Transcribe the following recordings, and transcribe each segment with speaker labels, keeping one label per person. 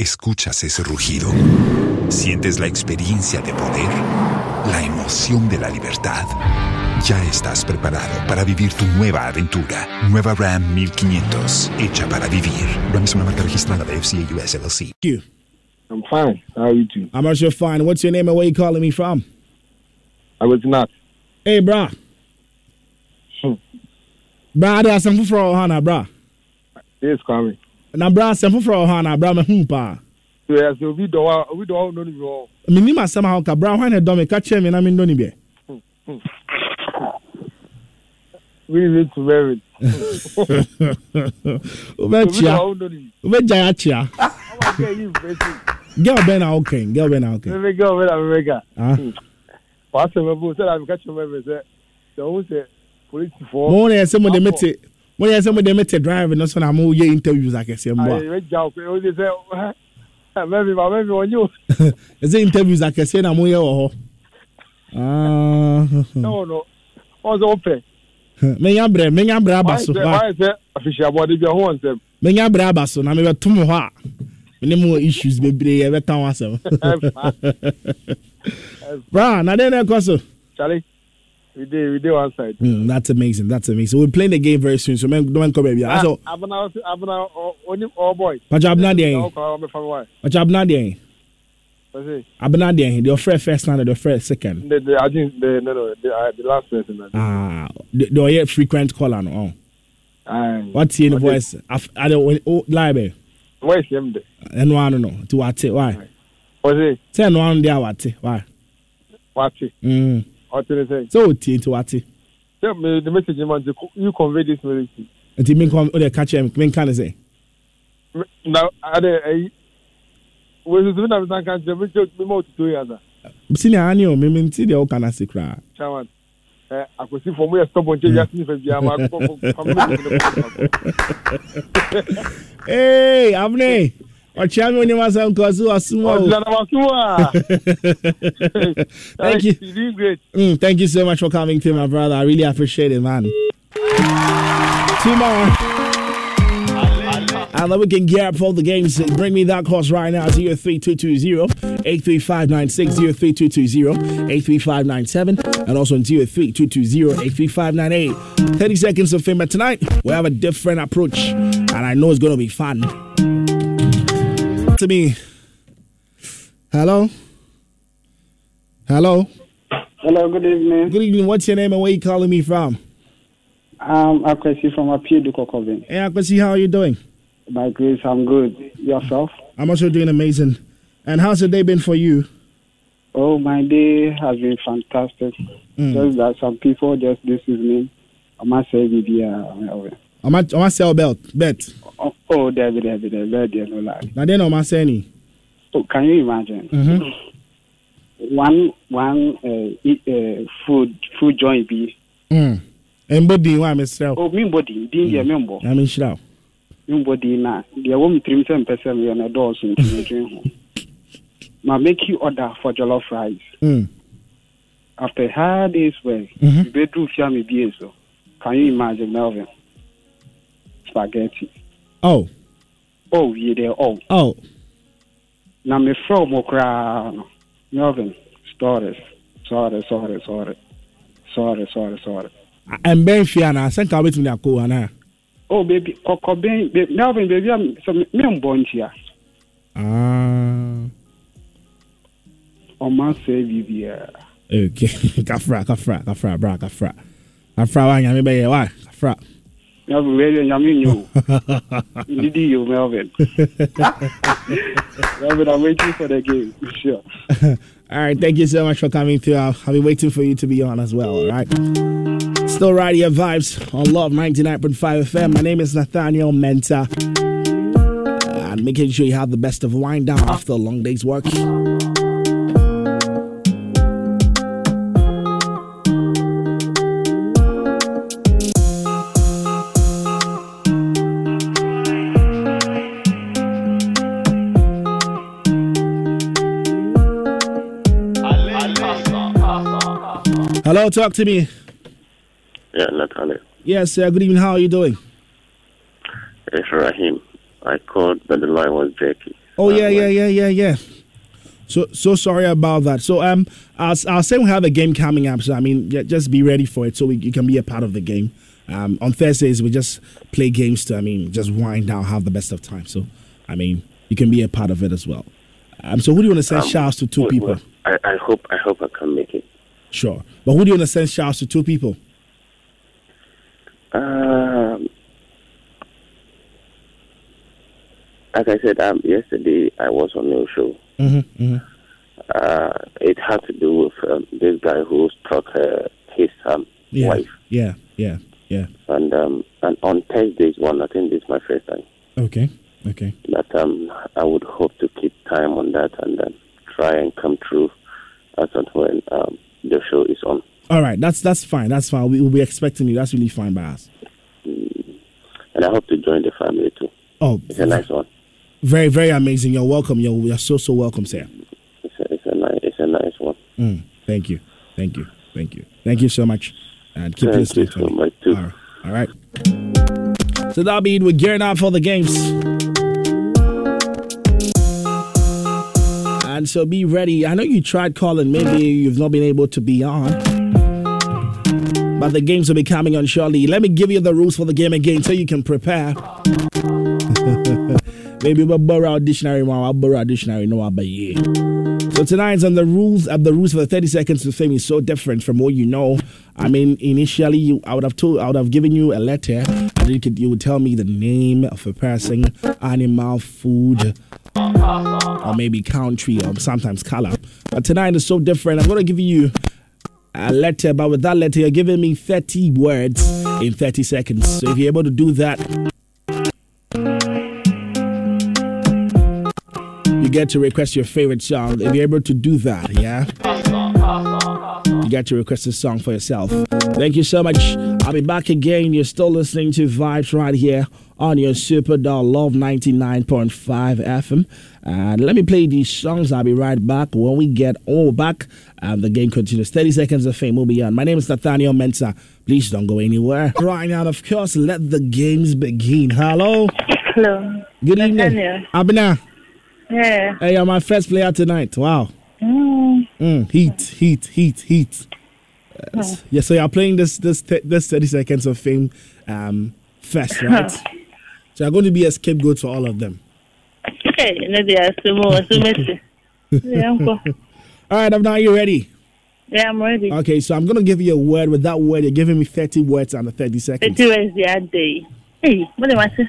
Speaker 1: Escuchas ese rugido. Sientes la experiencia de poder, la emoción de la libertad. Ya estás preparado para vivir tu nueva aventura. Nueva Ram 1500, hecha para vivir. Ram es una marca registrada de FCA US LLC.
Speaker 2: you.
Speaker 3: I'm fine. How are you two?
Speaker 2: I'm not sure fine. What's your name and where you calling me from?
Speaker 3: I was not.
Speaker 2: Hey, brah.
Speaker 3: Hmm.
Speaker 2: Brah, I do something for all Hana, brah.
Speaker 3: Yes, Kwame.
Speaker 2: Na brah, something for all Hana, brah, me hum pa.
Speaker 3: Yes, we do all, we do all know you all.
Speaker 2: Me ni ma sama hoka, brah, why na dome, ka che me na me ndo ni be.
Speaker 3: We need to marry.
Speaker 2: Ube
Speaker 3: We do
Speaker 2: chia,
Speaker 3: all know you.
Speaker 2: ube jaya chia.
Speaker 3: Okay, you crazy.
Speaker 2: Girl ben na okay, girl ben na okay.
Speaker 3: America, well, America.
Speaker 2: Ah.
Speaker 3: What's the matter? Said I'm catching my message. The whole say police for.
Speaker 2: Mo na yese mo de mete, mo na yese mo de mete drive no so na mo ye interviews akese
Speaker 3: I
Speaker 2: mbo. a.
Speaker 3: went down. We always say, maybe, but maybe on you.
Speaker 2: Ese interviews akese na mo ye wo ho. Ah.
Speaker 3: No, no. Also open.
Speaker 2: Menya brɛ, menya brɛ aba
Speaker 3: Why
Speaker 2: so.
Speaker 3: say,
Speaker 2: why?
Speaker 3: why say official body be on them?
Speaker 2: menya brɛ aba so na mebɛto mo hɔ a mene mu wɔ issues bebree yɛbɛka ho asɛm bra na dɛn na ɛkɔ so
Speaker 3: Charlie, we did, we did one side.
Speaker 2: Mm, that's amazing that's amazing we're playing the game very soon so men don't come
Speaker 3: Ah.
Speaker 2: baby aso
Speaker 3: Abana, Abana, only all oh, boy.
Speaker 2: Pacho Abena deɛ
Speaker 3: Oh,
Speaker 2: yɛn
Speaker 3: I'm a fan. Why?
Speaker 2: ɔkyɛ abena deɛ yɛn
Speaker 3: I say.
Speaker 2: abena deɛ yɛn deɛ ɔfrɛ first na deɛ ɔfrɛ second
Speaker 3: The, the, I think the, no, no, the, uh, the last person. I think.
Speaker 2: ah deɛ deɛ ɔyɛ frequent caller no ɔn
Speaker 3: Aye.
Speaker 2: watie ne
Speaker 3: Okay.
Speaker 2: voice af ade o o lie bɛ
Speaker 3: Where is him there?
Speaker 2: ɛno ano no nti wate why
Speaker 3: What's he?
Speaker 2: sɛ ɛno ano deɛ a wate why
Speaker 3: What's he?
Speaker 2: Mm.
Speaker 3: What did he say?
Speaker 2: sɛ otie nti wate
Speaker 3: Tell me the message, man. to co- You convey this message.
Speaker 2: nti menkɔ o deɛ ka kyerɛ me menka ne sɛ
Speaker 3: M- Now, are they? When you do not understand, you make me more to do it. other.
Speaker 2: sini ani o mimi nti deɛ ɔka n'ase koraa.
Speaker 3: Chairman, eh, I could see for me a stubborn change. Yes, if I'm a community.
Speaker 2: ee abune ọchịa mi onye masa nkọ ọsụ ọsụ mọ
Speaker 3: Oh,
Speaker 2: o Thank you.
Speaker 3: You're doing great.
Speaker 2: Mm, thank you so much for coming to my brother i really appreciate it man two more And then we can gear up for the games. Bring me that course right now. 03220 83596 03220 83597 and also 03220 83598. 30 seconds of fame But tonight. We have a different approach and I know it's going to be fun. to me. Hello? Hello?
Speaker 4: Hello, good evening.
Speaker 2: Good evening. What's your name and where you calling me from?
Speaker 4: Um, I'm Akwesi from Apiedu Kokovin.
Speaker 2: Hey, Akwesi, how are you doing?
Speaker 4: By grace, I'm good. Yourself?
Speaker 2: I'm also doing amazing. And how's the day been for you?
Speaker 4: Oh, my day has been fantastic.
Speaker 2: Mm.
Speaker 4: Just that some people just this evening, I must say, we are.
Speaker 2: I'm at, I'm at sell belt. Bet.
Speaker 4: Oh, oh, there, there, there, there, there, there, no lie.
Speaker 2: Now then, I'm at any.
Speaker 4: Oh, can you imagine?
Speaker 2: Mm-hmm.
Speaker 4: One, one uh, eat, uh, food, food joint be.
Speaker 2: Mm. And body, why I'm sell.
Speaker 4: Oh, me body, din dia me mbo.
Speaker 2: I mean, shut up.
Speaker 4: Me body na. Dia wo me trim sem pese me na do so ntimi drink ho. Ma make you order for jollof rice.
Speaker 2: Mm.
Speaker 4: After hard days work,
Speaker 2: Mhm.
Speaker 5: Hmm?
Speaker 4: you bedroom fia me bi so. Can you imagine Melvin? Spaghetti.
Speaker 2: Oh,
Speaker 4: Oh, ye there oh.
Speaker 2: oh.
Speaker 4: Na me fro mo kra no. Melvin, stories. Sorry, sorry, sorry. Sorry, sorry, sorry.
Speaker 2: And Ben Fiana, I think I'll wait till I go. Ah,
Speaker 4: Oh, baby, koko ben, baby, Melvin, baby, I'm, so me mbo ntia.
Speaker 2: Ah.
Speaker 4: Ọma sɛ biribiara.
Speaker 2: okay. Kafra, Kafra, Kafra, bra, Kafra. Kafra, why am I by why? Kafra.
Speaker 4: Melvin wɛyɛ nyame nye o. Ndidi yi o Melvin. Melvin I'm waiting for the game. Sure.
Speaker 2: All right, thank you so much for coming through. I'll, I'll be waiting for you to be on as well. All right. Still right here, vibes on Love 99.5 FM. My name is Nathaniel Menta. And making sure you have the best of wind down after a long day's work. Hello, talk to me.
Speaker 6: Yeah, Nathaniel.
Speaker 2: Yes, sir. Good evening. How are you doing?
Speaker 6: Rahim. I called, but the line was jerky.
Speaker 2: Oh yeah,
Speaker 6: Um,
Speaker 2: yeah, yeah, yeah, yeah. So so sorry about that. So um, I'll, I'll say we have a game coming up. So I mean, yeah, just be ready for it so we, you can be a part of the game. Um, on Thursdays we just play games to I mean just wind down, have the best of time. So I mean you can be a part of it as well. Um, so who do you want to send
Speaker 6: um,
Speaker 2: shouts to? Two
Speaker 6: wait,
Speaker 2: people,
Speaker 6: wait. I, I hope I hope I can make it.
Speaker 2: sure. But who do you want to send shouts to? Two people.
Speaker 6: Um, like I said, um, yesterday I was on your show.
Speaker 2: Mm-hmm, mm-hmm.
Speaker 6: Uh, it had to do with um, this guy who struck uh, his um,
Speaker 2: Yeah,
Speaker 6: wife,
Speaker 2: yeah, yeah, yeah.
Speaker 6: and um, and on Thursday's one, I think this is my first time.
Speaker 2: Okay, okay.
Speaker 6: But um, I would hope to keep time on that and um, try and come through as and when um, the show is on.
Speaker 2: All right, that's that's fine. That's fine. We, we'll be expecting you. That's really fine by us.
Speaker 6: Mm. And I hope to join the family too.
Speaker 2: Oh,
Speaker 6: It's a nice one.
Speaker 2: Very, very amazing. You're welcome. You're, you're so, so welcome, sir.
Speaker 6: It's a, it's a nice it's a nice one.
Speaker 2: Mm, thank you. Thank you. Thank you. Thank you so much. And keep
Speaker 6: Thank
Speaker 2: listening
Speaker 6: you
Speaker 2: to
Speaker 6: so
Speaker 2: me.
Speaker 6: much, too.
Speaker 2: All right. All right. So that'll be it. We're gearing up for the games. And so be ready. I know you tried calling. Maybe you've not been able to be on. But the games will be coming on shortly. Let me give you the rules for the game again so you can prepare. Maybe we'll borrow our dictionary, man. I'll borrow our dictionary, no, but yeah. So tonight's on the rules of the rules for the 30 seconds to fame is so different from what you know. I mean, initially you, I would have told I would have given you a letter and then you could you would tell me the name of a person, animal, food, or maybe country or sometimes color. But tonight is so different. I'm gonna give you a letter, but with that letter, you're giving me 30 words in 30 seconds. So if you're able to do that, you get to request your favorite song. If you're able to do that, yeah? You get to request a song for yourself. Thank you so much. I'll be back again. You're still listening to Vibes right here on your Super Doll Love 99.5 FM. And let me play these songs. I'll be right back when we get all back and the game continues. 30 seconds of fame will be on. My name is Nathaniel Mensah. Please don't go anywhere. Right now, of course, let the games begin. Hello.
Speaker 7: Hello.
Speaker 2: Good evening.
Speaker 7: Nathaniel.
Speaker 2: Abina.
Speaker 7: Yeah.
Speaker 2: Hey, you're my first player tonight. Wow.
Speaker 7: Mm.
Speaker 2: Mm, heat, heat, heat, heat. Uh, yeah, so you're playing this this te- this 30 seconds of fame um, first, right? so you're going to be a scapegoat for all of them.
Speaker 7: Hey, no, they are so more, so messy. Yeah, I'm cool.
Speaker 2: All right, I'm now you ready?
Speaker 7: Yeah, I'm ready.
Speaker 2: Okay, so I'm going to give you a word. With that word, you're giving me 30 words under 30 seconds.
Speaker 7: Thirty words the other day. Hey, what am I saying?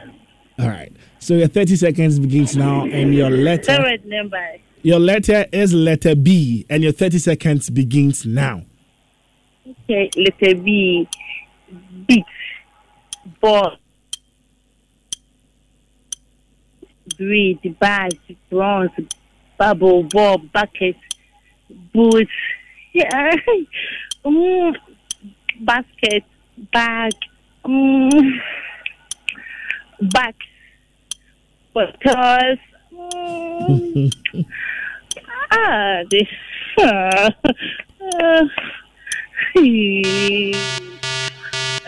Speaker 2: All right. So your 30 seconds begins now, and your letter
Speaker 7: Third number.
Speaker 2: your letter is letter B, and your 30 seconds begins now.
Speaker 7: Okay, letter B. Beat. Ball. Breed. Bags. Bronze. Bubble. Ball. Bucket. Boots. Yeah. Mm. Basket. Bag. Mm. Back. Bottles. Mm. ah, this. Uh,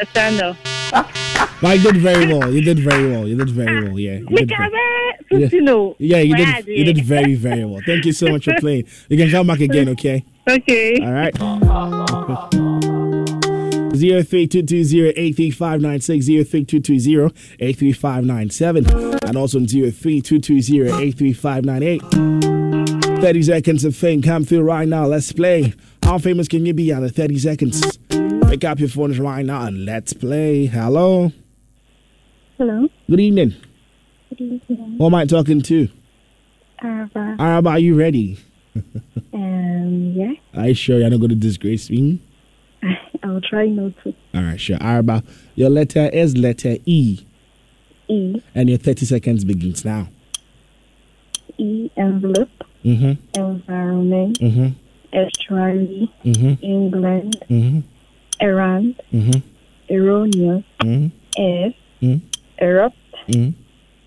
Speaker 7: Estando.
Speaker 2: Well, you did very well. You did very well. You did very well. Yeah. You did very- Yeah. Yeah, you did. You did very, very well. Thank you so much for playing. You can come back again, okay?
Speaker 7: Okay.
Speaker 2: All right. Zero three two two zero eight three five nine six zero three two two zero eight three five nine seven and also zero three two two zero eight three five nine eight. Thirty seconds of fame come through right now. Let's play. How famous can you be under thirty seconds? Pick up your phones right now and let's play. Hello.
Speaker 8: Hello.
Speaker 2: Good evening.
Speaker 8: Good evening.
Speaker 2: Who am I talking to?
Speaker 8: Araba.
Speaker 2: Arab, are you ready?
Speaker 8: Um, yeah,
Speaker 2: Are you sure you're not going to disgrace me?
Speaker 8: I will try not to.
Speaker 2: All right, sure. Araba, your letter is letter E,
Speaker 8: E,
Speaker 2: and your 30 seconds begins now.
Speaker 8: E, envelope,
Speaker 2: Mm
Speaker 8: environment,
Speaker 2: hmm. Mm
Speaker 8: estuary,
Speaker 2: hmm. Mm
Speaker 8: England,
Speaker 2: hmm.
Speaker 5: Mm-hmm.
Speaker 2: Mm
Speaker 8: errand,
Speaker 2: hmm. Mm
Speaker 8: erroneous,
Speaker 2: hmm. Mm
Speaker 8: F,
Speaker 2: hmm. Mm
Speaker 8: erupt,
Speaker 2: hmm.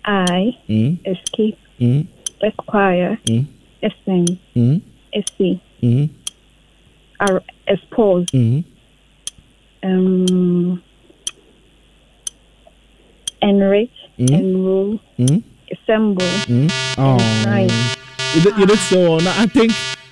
Speaker 8: I,
Speaker 2: Mm
Speaker 8: escape,
Speaker 2: hmm.
Speaker 8: esquire,
Speaker 2: Mm
Speaker 8: essence,
Speaker 2: hmm.
Speaker 8: essay,
Speaker 2: Mm
Speaker 8: ar- expose,
Speaker 9: Mm-hmm.
Speaker 2: hmm.
Speaker 8: um, enrich, enroll,
Speaker 2: Mm
Speaker 8: assemble,
Speaker 2: hmm.
Speaker 8: nice.
Speaker 2: Oh. You did, you did so well. Now, I think.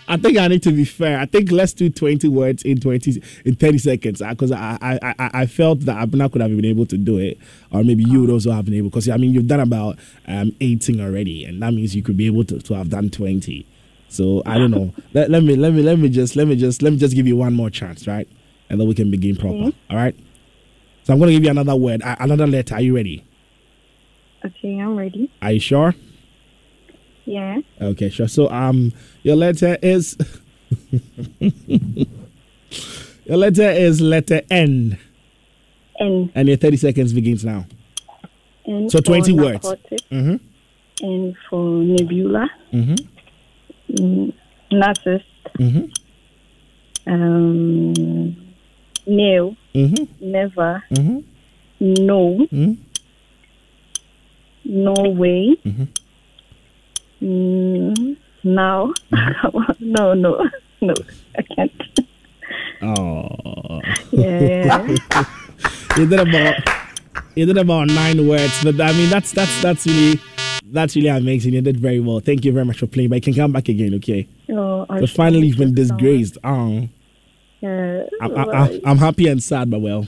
Speaker 2: I think I need to be fair. I think let's do 20 words in 20 in 30 seconds because I, I, I, I- I felt that Abuna could have been able to do it, or maybe you would also have been able because I mean you've done about um 18 already, and that means you could be able to, to have done 20. So I don't know. let, let me let me let me just let me just let me just give you one more chance, right? And then we can begin proper.
Speaker 8: Okay.
Speaker 2: All right. So I'm gonna give you another word, a- another letter. Are you ready?
Speaker 8: Okay, I'm ready.
Speaker 2: Are you sure?
Speaker 8: Yeah.
Speaker 2: Okay, sure. So um your letter is your letter is letter N
Speaker 8: N,
Speaker 2: and your 30 seconds begins now.
Speaker 8: N
Speaker 2: So
Speaker 8: for
Speaker 2: 20 words.
Speaker 8: narcotic,
Speaker 2: Mhm.
Speaker 8: N for nebula.
Speaker 2: Mhm.
Speaker 8: Mm, narcissist,
Speaker 2: Mhm.
Speaker 8: um, no,
Speaker 2: Mhm.
Speaker 10: Mm-hmm.
Speaker 8: never,
Speaker 2: Mhm.
Speaker 8: no,
Speaker 2: Mhm.
Speaker 8: no way,
Speaker 2: Mm-hmm.
Speaker 8: mm, now, no, no, no, I can't.
Speaker 2: Oh.
Speaker 8: Yeah,
Speaker 2: you did about you did about nine words, but I mean that's that's that's really that's really amazing. You did very well. Thank you very much for playing. But you can come back again, okay?
Speaker 8: oh, I
Speaker 2: But finally, you've been disgraced. Oh,
Speaker 8: yeah.
Speaker 2: I'm, I, I, I'm happy and sad, but well.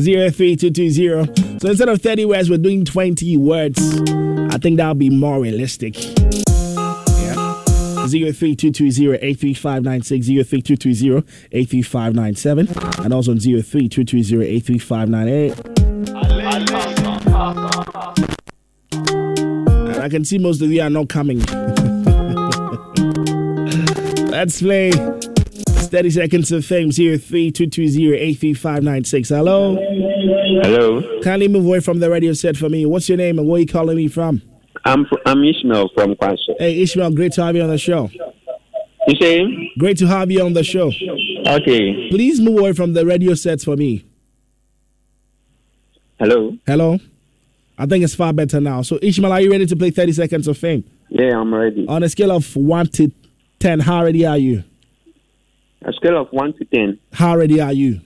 Speaker 2: Zero three two two zero. So instead of thirty words, we're doing twenty words. I think that'll be more realistic. Zero three two two zero eight three five nine six zero three two two zero eight three five nine seven, and also on zero three two two zero eight three five nine eight. And I can see most of you are not coming. Let's play. It's 30 seconds of fame 0322083596. Hello.
Speaker 11: Hello,
Speaker 2: Kindly move away from the radio set for me. What's your name and where are you calling me from?
Speaker 11: I'm fr- I'm Ishmael from Kwansha.
Speaker 2: Hey Ishmael, great to have you on the show.
Speaker 11: You say
Speaker 2: Great to have you on the show.
Speaker 11: okay?
Speaker 2: Please move away from the radio set for me.
Speaker 11: Hello,
Speaker 2: Hello. I think it's far better now. So Ishmael, are you ready to play 30 seconds of fame?
Speaker 11: yeah, I'm ready.
Speaker 2: On a scale of one to ten, how ready are you?
Speaker 11: A scale of one to ten,
Speaker 2: How ready are you?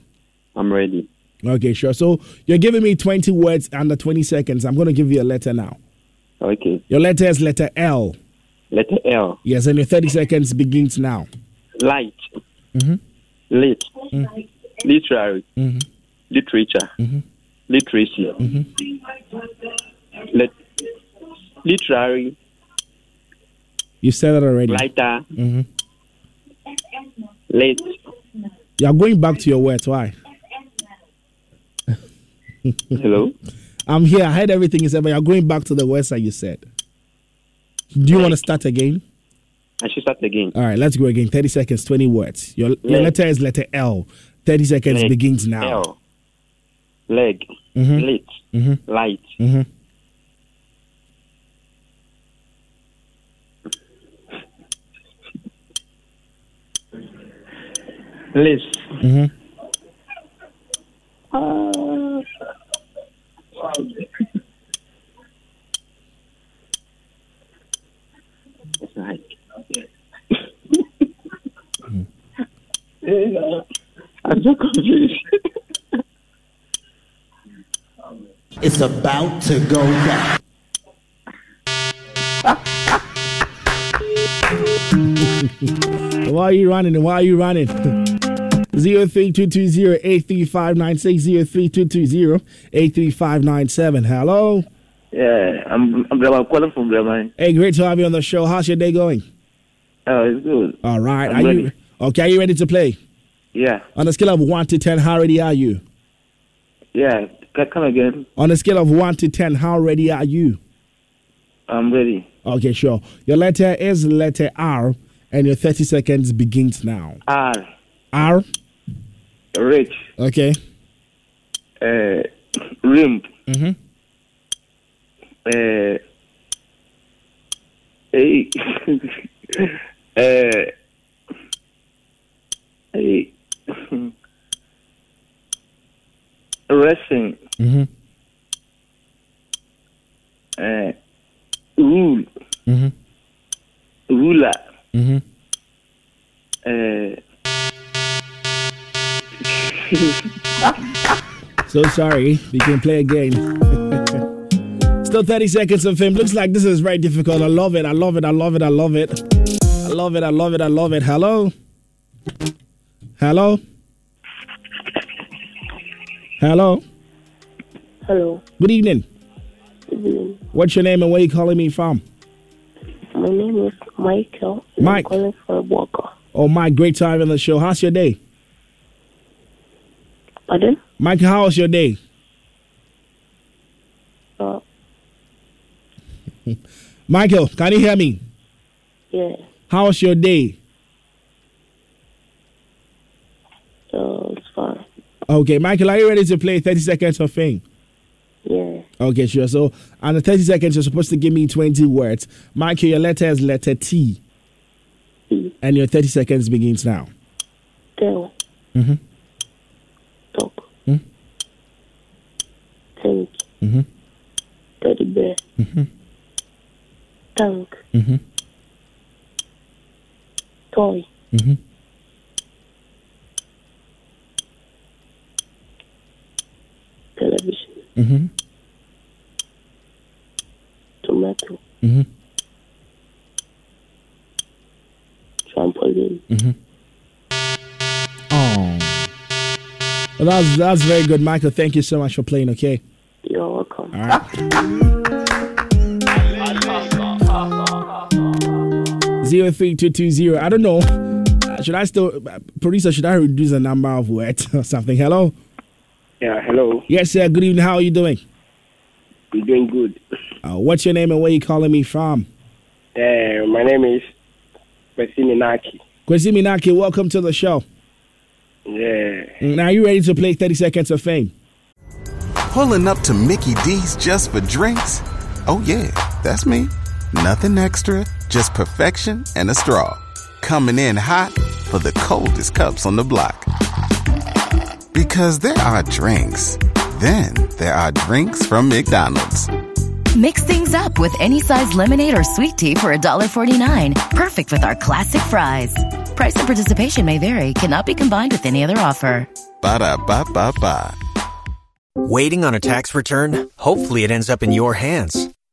Speaker 11: I'm ready.
Speaker 2: Okay, sure. So you're giving me 20 words under 20 seconds. I'm going to give you a letter now.
Speaker 11: Okay,
Speaker 2: Your letter is letter L.
Speaker 11: letter L,
Speaker 2: Yes, and your 30 seconds begins now.
Speaker 11: light,
Speaker 2: Mhm.
Speaker 11: lit,
Speaker 2: Mm-hmm.
Speaker 11: literary, literature, literacy,
Speaker 2: Mm-hmm.
Speaker 11: Lit- literary,
Speaker 2: You said that already. Mm-hmm.
Speaker 11: lighter,
Speaker 2: Mhm.
Speaker 11: uh, late,
Speaker 2: You're going back to your words. Why?
Speaker 11: hello,
Speaker 2: I'm here. I heard everything you said, but you're going back to the website you said. Do you want to start again?
Speaker 11: I should start again.
Speaker 2: All right, let's go again. 30 seconds, 20 words. Your, your
Speaker 11: Leg.
Speaker 2: letter is letter L. 30 seconds
Speaker 11: Leg.
Speaker 2: begins now.
Speaker 11: L. Leg.
Speaker 2: Mhm.
Speaker 11: Lit.
Speaker 2: Mhm.
Speaker 11: Light.
Speaker 2: hmm
Speaker 11: Lace.
Speaker 2: hmm
Speaker 11: Uh, right. I'm so confused.
Speaker 10: It's about to go down.
Speaker 2: Why are you running? Why are you running? 03220-83596, 03220-83597. Hello.
Speaker 5: Yeah, I'm I'm, I'm calling from Bremen.
Speaker 2: Hey, great to have you on the show. How's your day going?
Speaker 5: Oh, it's good.
Speaker 2: All right.
Speaker 5: I'm
Speaker 2: are you
Speaker 5: ready.
Speaker 2: okay? Are you ready to play?
Speaker 5: Yeah,
Speaker 2: On a scale of one to ten, how ready are you?
Speaker 5: yeah. C- come again.
Speaker 2: On a scale of one to ten, how ready are you?
Speaker 5: I'm ready.
Speaker 2: Okay, sure. Your letter is letter R, and your thirty seconds begins now.
Speaker 5: R.
Speaker 2: R.
Speaker 5: Rich.
Speaker 2: Okay.
Speaker 5: Uh, rim.
Speaker 2: Mm-hmm.
Speaker 5: Uh, hey. uh, hey. Wrestling.
Speaker 2: Mhm.
Speaker 5: Uh, rule.
Speaker 2: Mhm. Mm-hmm.
Speaker 5: Ruler.
Speaker 2: Mhm.
Speaker 5: Uh,
Speaker 2: So sorry. We can play again. Still 30 seconds of him. Looks like this is very difficult. I love it. I love it. I love it. I love it. I love it. I love it. I love it. Hello? Hello? Hello?
Speaker 9: Hello.
Speaker 2: Good evening.
Speaker 9: Good evening.
Speaker 2: What's your name and where you calling me from?
Speaker 9: My name is Michael.
Speaker 2: Mike.
Speaker 9: I'm calling from Walker.
Speaker 2: Oh, my great time on the show. How's your day?
Speaker 9: Pardon?
Speaker 2: Mike, how was your day?
Speaker 9: Uh,
Speaker 2: Michael, can you hear me? Mm-hmm.
Speaker 9: yeah.
Speaker 2: How was your day?
Speaker 9: So Oh, it's fine.
Speaker 2: Okay, Michael, are you ready to play 30 seconds of fame?
Speaker 9: Yeah.
Speaker 2: Okay, sure. So, on the 30 seconds, you're supposed to give me 20 words. Michael, your letter is letter T.
Speaker 9: Mm-hmm.
Speaker 2: And your 30 seconds begins now.
Speaker 9: Tell.
Speaker 2: Mhm.
Speaker 9: Talk.
Speaker 2: Hmm?
Speaker 9: Think.
Speaker 2: Mm-hmm.
Speaker 9: Teddy bear.
Speaker 2: Mm-hmm.
Speaker 9: Tank.
Speaker 2: Mm-hmm.
Speaker 9: Toy.
Speaker 2: Mm-hmm.
Speaker 9: Television.
Speaker 2: Mm-hmm.
Speaker 9: Tomato.
Speaker 2: Mm-hmm.
Speaker 9: Trampoline.
Speaker 2: Mm-hmm. Oh. Well, that's, that's very good, Michael. Thank you so much for playing, okay?
Speaker 9: You're welcome.
Speaker 2: All right. 03220. I don't know. Uh, Should I still, uh, producer, should I reduce the number of words or something? Hello?
Speaker 12: Yeah, hello.
Speaker 2: Yes, sir. Good evening. How are you doing?
Speaker 12: You're doing good.
Speaker 2: Uh, what's your name and where you calling me from?
Speaker 12: Uh, my name is Messini Naki.
Speaker 2: Kwesi Minaki, welcome to the show. Mm,
Speaker 12: Yeah.
Speaker 2: Now, are you ready to play 30 Seconds of Fame?
Speaker 13: Pulling up to Mickey D's just for drinks? Oh, yeah, that's me. Nothing extra, just perfection and a straw. Coming in hot for the coldest cups on the block. Because there are drinks, then there are drinks from McDonald's.
Speaker 14: Mix things up with any size lemonade or sweet tea for $1.49. Perfect with our classic fries. Price and participation may vary, cannot be combined with any other offer.
Speaker 13: Ba da ba ba ba.
Speaker 15: Waiting on a tax return? Hopefully, it ends up in your hands.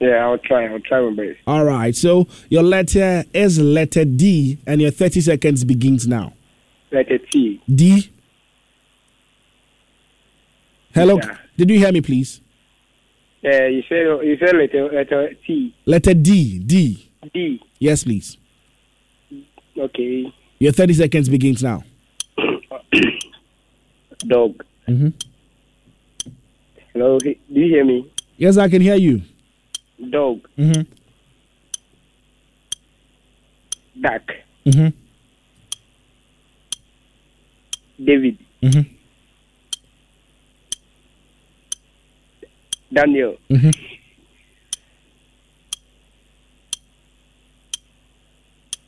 Speaker 4: Yeah, I'll try. I'll try my best.
Speaker 2: All right. So your letter is letter D, and your 30 seconds begins now.
Speaker 4: Letter T.
Speaker 2: D. Hello.
Speaker 4: Yeah.
Speaker 2: Did you hear me, please?
Speaker 4: Yeah, you said you said letter letter T
Speaker 2: Letter D. D.
Speaker 4: D.
Speaker 2: Yes, please.
Speaker 4: Okay.
Speaker 2: Your 30 seconds begins now.
Speaker 4: Dog.
Speaker 2: Mm-hmm.
Speaker 4: Hello. he- Do you hear me?
Speaker 2: Yes, I can hear you.
Speaker 4: Dog.
Speaker 2: Mm-hmm.
Speaker 4: Duck.
Speaker 2: Mm-hmm.
Speaker 4: David.
Speaker 2: Mm-hmm.
Speaker 4: Daniel.
Speaker 2: Mm-hmm.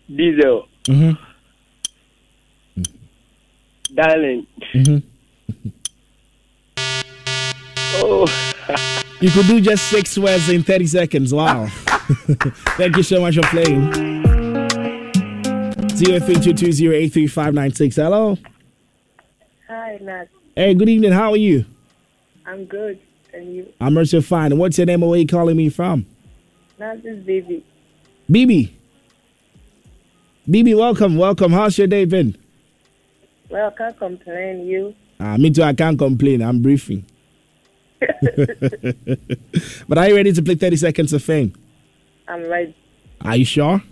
Speaker 4: Diesel.
Speaker 2: Mm-hmm.
Speaker 4: Darling.
Speaker 2: Mm-hmm.
Speaker 4: Oh.
Speaker 2: Mm-hmm. You could do just six words in 30 seconds. Wow. Thank you so much for playing. 0322083596. Hello.
Speaker 7: Hi, Nat.
Speaker 2: Hey, good evening. How are you?
Speaker 7: I'm good. And you?
Speaker 2: I'm Mercer Fine. What's your name and where you calling me from?
Speaker 7: Nat is baby.
Speaker 2: BB. BB, welcome, welcome. How's your day been?
Speaker 7: Well, I can't complain. You?
Speaker 2: Ah, me too. I can't complain. I'm briefing. but are you ready to play 30 Seconds of Fame?
Speaker 7: I'm right.
Speaker 2: Are you sure?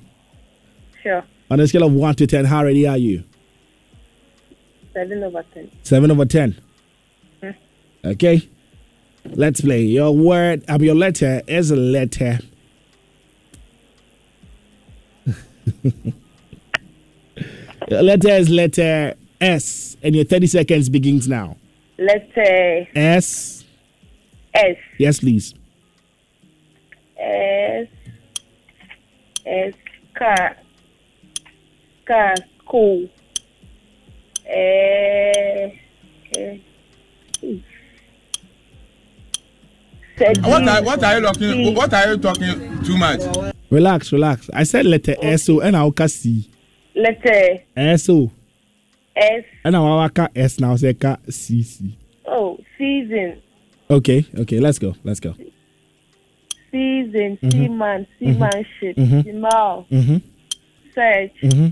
Speaker 7: Sure.
Speaker 2: On a scale of 1 to 10, how ready are you?
Speaker 7: Seven over ten.
Speaker 2: 7 over 10.
Speaker 7: Mm.
Speaker 2: Okay. Let's play. Your word, um, your letter is a letter. your letter is letter S, and your 30 seconds begins now.
Speaker 7: Let's uh, say
Speaker 2: S.
Speaker 7: S.
Speaker 2: Yes, please.
Speaker 7: S. S. Car. Car. School. Eh. eh, Said-
Speaker 16: What are what are you talking? What are you talking too much?
Speaker 2: Relax, relax. I said letter S O and I'll C.
Speaker 7: Let's say
Speaker 2: S O
Speaker 7: S.
Speaker 2: and I'll S now say ka C C.
Speaker 7: Oh, season.
Speaker 2: Okay, okay, let's go. Let's go.
Speaker 7: Season.
Speaker 2: Mhm.
Speaker 7: Seaman. Seamanship.
Speaker 2: Mhm.
Speaker 7: Seamal.
Speaker 2: Mm-hmm.
Speaker 7: Search.
Speaker 2: Mm-hmm.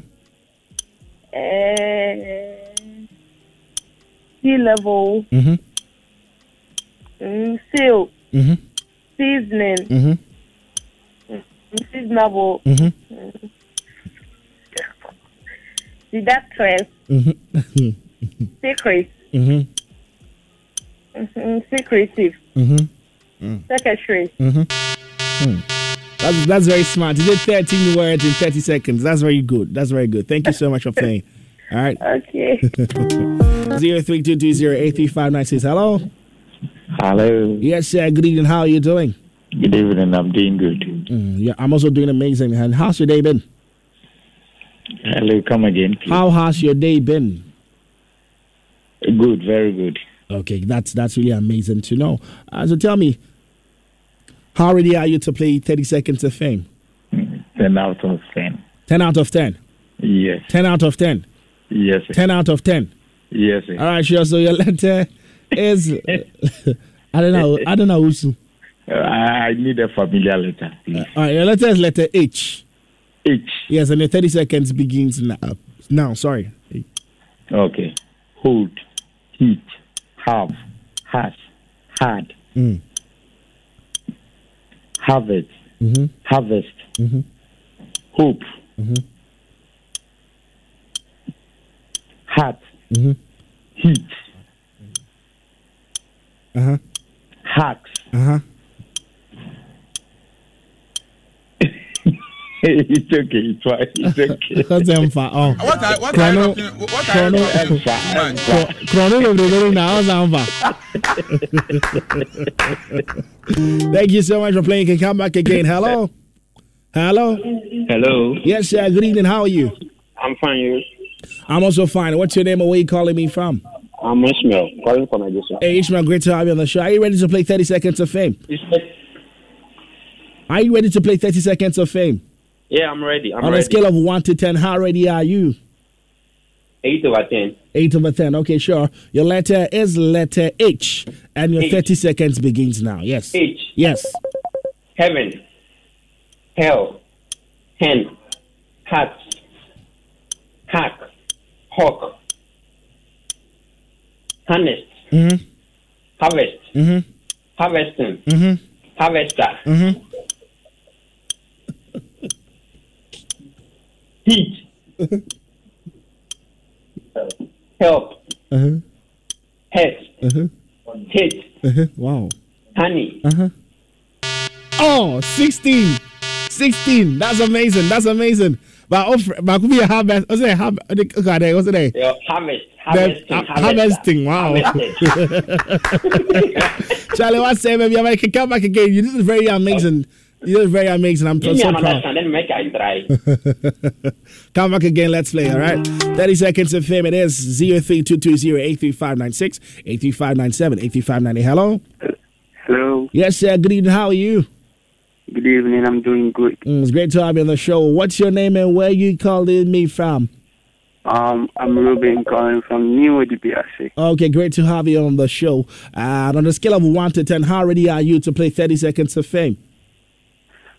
Speaker 7: Eh, sea level,
Speaker 2: Mm-hmm.
Speaker 7: mm, seal,
Speaker 2: Mm-hmm.
Speaker 7: seasoning,
Speaker 2: Mm-hmm.
Speaker 7: mm, seasonable,
Speaker 2: Mm-hmm.
Speaker 7: mm. seductress,
Speaker 2: Mm-hmm.
Speaker 7: secret,
Speaker 2: Mm-hmm.
Speaker 7: mm, secretive,
Speaker 2: Mm-hmm. Mm.
Speaker 7: secretary.
Speaker 2: Mm-hmm. Mm. That's, that's very smart. You did 13 words in 30 seconds. That's very good. That's very good. Thank you so much for playing. All right.
Speaker 7: Okay.
Speaker 2: 032208359 Hello.
Speaker 11: Hello.
Speaker 2: Yes, sir. Good evening. How are you doing?
Speaker 11: Good evening. I'm doing good.
Speaker 2: Mm, yeah, I'm also doing amazing. And how's your day been?
Speaker 11: Hello. Come again. please.
Speaker 2: How has your day been?
Speaker 11: Good. Very good.
Speaker 2: Okay, that's that's really amazing to know. Uh, so tell me, how ready are you to play 30 Seconds of Fame?
Speaker 11: Ten out of ten.
Speaker 2: 10 out of 10.
Speaker 11: Yes.
Speaker 2: 10 out of 10.
Speaker 11: Yes. sir.
Speaker 2: 10 out of 10.
Speaker 11: Yes. sir.
Speaker 2: All right, sure. So your letter is I don't know. I don't know. Usu.
Speaker 11: Uh, I I need a familiar letter, please.
Speaker 2: All right, your letter is letter H.
Speaker 11: H.
Speaker 2: Yes, and the 30 seconds begins now. Now, sorry.
Speaker 11: Okay. Hold. Heat. Have. Has. Had.
Speaker 2: Mm.
Speaker 11: Harvest.
Speaker 2: Mhm.
Speaker 11: Harvest.
Speaker 2: Mhm.
Speaker 11: Hope.
Speaker 2: Mhm.
Speaker 11: Heart.
Speaker 2: Mhm.
Speaker 11: Heat.
Speaker 2: Uh huh. Uh-huh.
Speaker 11: Hacks.
Speaker 2: Uh huh.
Speaker 3: it's okay. It's fine. It's okay.
Speaker 2: What's them for? Oh.
Speaker 17: What are- what are you
Speaker 2: Chrono,
Speaker 17: talking- what are you
Speaker 2: chrono,
Speaker 17: talking about?
Speaker 2: Chro- chrono, lo primero now, Zamba. Thank you so much for playing. You can come back again. Hello, hello,
Speaker 11: Hello.
Speaker 2: Yes, sir. Good evening. How are you?
Speaker 11: I'm fine. You?
Speaker 2: I'm also fine. What's your name and where you calling me from?
Speaker 11: I'm Ishmael, calling from Nigeria.
Speaker 2: Hey, Ishmael, great to have you on the show. Are you ready to play 30 Seconds of Fame? Are you ready to play 30 Seconds of Fame?
Speaker 11: Yeah, I'm ready. I'm
Speaker 2: on
Speaker 11: ready.
Speaker 2: a scale of 1 to 10, how ready are you?
Speaker 11: Eight over ten.
Speaker 2: 8 over 10. Okay, sure. Your letter is letter H, and your
Speaker 11: H.
Speaker 2: 30 seconds begins now. Yes.
Speaker 11: H.
Speaker 2: Yes.
Speaker 11: Heaven. Hell. Hen. Hat. Hack. Hawk. Harness.
Speaker 2: Mm-hmm.
Speaker 11: Harvest.
Speaker 2: Mm-hmm.
Speaker 11: Harvesting.
Speaker 2: Mm-hmm.
Speaker 11: Harvester.
Speaker 2: Mm-hmm.
Speaker 11: Heat. Help.
Speaker 2: Uh-huh.
Speaker 11: Head.
Speaker 2: Uh-huh.
Speaker 11: Hit.
Speaker 2: Uh-huh. Wow.
Speaker 11: Honey.
Speaker 2: Uh-huh. Oh, 16. 16. That's amazing. That's amazing. But offer, but could be a harvest. What's it? Harvest. Okay, what's it?
Speaker 11: Yeah, harvest.
Speaker 2: That-
Speaker 11: Harvesting.
Speaker 2: uh, harvesting. Wow. Charlie, what's say, baby? I can come back again. You did very amazing. You did very amazing. I'm
Speaker 11: Give me
Speaker 2: so
Speaker 11: another
Speaker 2: proud.
Speaker 11: chance. Let me make I try.
Speaker 2: Come back again. Let's play. All right. 30 seconds of fame. It is 0322083596, 83597, 83598. Hello.
Speaker 6: Hello.
Speaker 2: Yes, sir. Good evening. How are you?
Speaker 6: Good evening. I'm doing good.
Speaker 2: Mm, it's great to have you on the show. What's your name and where you calling me from?
Speaker 6: Um, I'm Ruben calling from New DPRC.
Speaker 2: Okay, great to have you on the show. Uh, on a scale of 1 to 10, how ready are you to play 30 seconds of fame?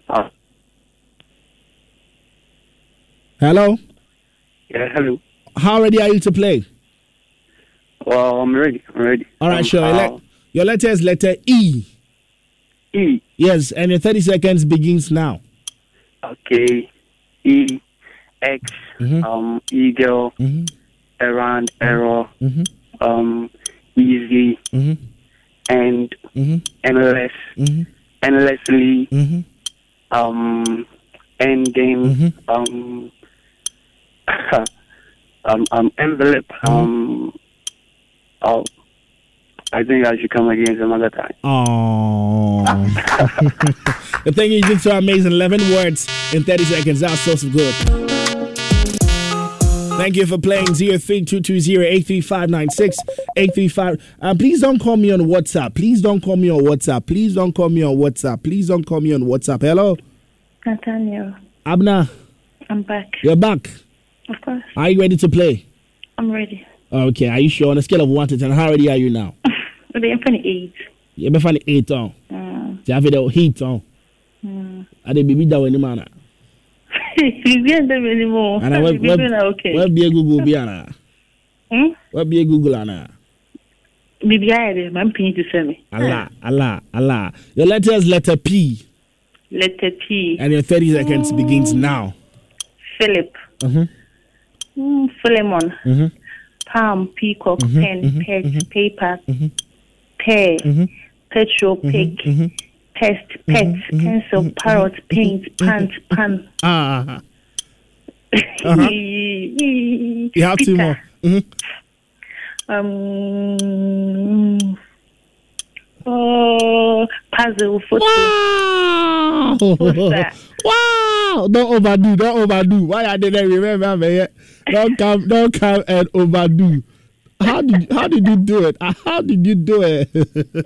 Speaker 6: Uh,
Speaker 2: Hello?
Speaker 6: yeah, hello.
Speaker 2: How ready are you to play?
Speaker 6: Well, I'm ready. I'm ready.
Speaker 2: All right,
Speaker 6: Um,
Speaker 2: sure.
Speaker 6: uh,
Speaker 2: Let- your letter is letter E.
Speaker 6: E.
Speaker 2: Yes, and your 30 seconds begins now.
Speaker 6: uh, okay. E. X.
Speaker 2: Mm-hmm.
Speaker 6: Um, eagle. Around. Arrow.
Speaker 2: Mm-hmm.
Speaker 6: Um, easy. And.
Speaker 2: Mm-hmm.
Speaker 6: Endless. Endlessly. Um, ending.
Speaker 2: Mm-hmm.
Speaker 6: Um, um, um, envelope.
Speaker 2: Mm-hmm.
Speaker 6: Um, oh, I think I should come again some other time.
Speaker 2: Oh. Mm-hmm, the thing you did so amazing. 11 words in 30 seconds. That's so good. Thank you for playing 03220-83596, 835. Uh, please don't call me on WhatsApp. Please don't call me on WhatsApp. Please don't call me on WhatsApp. Please don't call me on WhatsApp. Hello?
Speaker 7: Nathaniel,
Speaker 2: Abna,
Speaker 7: I'm back.
Speaker 2: you're back.
Speaker 7: Of course,
Speaker 2: Are you ready to play?
Speaker 7: I'm ready.
Speaker 2: Okay, are you sure? On a scale of 1 to 10, how ready are you now?
Speaker 7: But the infinite eight.
Speaker 2: You ever find 8 on?
Speaker 7: Mm,
Speaker 2: You have it heat on?
Speaker 7: mm.
Speaker 2: Are they baby down any manner?
Speaker 7: you can't them anymore.
Speaker 2: Ana, web-
Speaker 7: You're
Speaker 2: web-
Speaker 7: doing okay.
Speaker 2: wabie google bi ana
Speaker 7: Hmm?
Speaker 2: wabie google ana
Speaker 7: Bibi, I had my opinion to send me.
Speaker 2: ala ala ala your letter is letter p
Speaker 7: Letter P.
Speaker 2: and your 30 seconds begins now
Speaker 7: Mm. Philip.
Speaker 2: Mhm,
Speaker 7: Mm, Philemon.
Speaker 2: mhm,
Speaker 7: Palm. Peacock.
Speaker 2: Mhm,
Speaker 7: Pen.
Speaker 2: mhm,
Speaker 7: Pet.
Speaker 2: mhm.
Speaker 7: Paper.
Speaker 2: mhm,
Speaker 7: Pear.
Speaker 2: mhm,
Speaker 7: Petrol. Pig.
Speaker 2: mhm, mhm.
Speaker 7: Pest. Pet.
Speaker 2: Mm-hmm,
Speaker 7: Pencil. Parrot. Paint. Pant. Pan.
Speaker 2: Ah, Uh-huh. you have two more. Mhm.
Speaker 7: Um, oh, puzzle photo.
Speaker 2: Wow!
Speaker 7: Poster.
Speaker 2: Wow! Don't overdo. Don't overdo. Why I didn't remember me yet? Don't come. Don't come and overdo. How did how did you do it? Ah, How did you do it?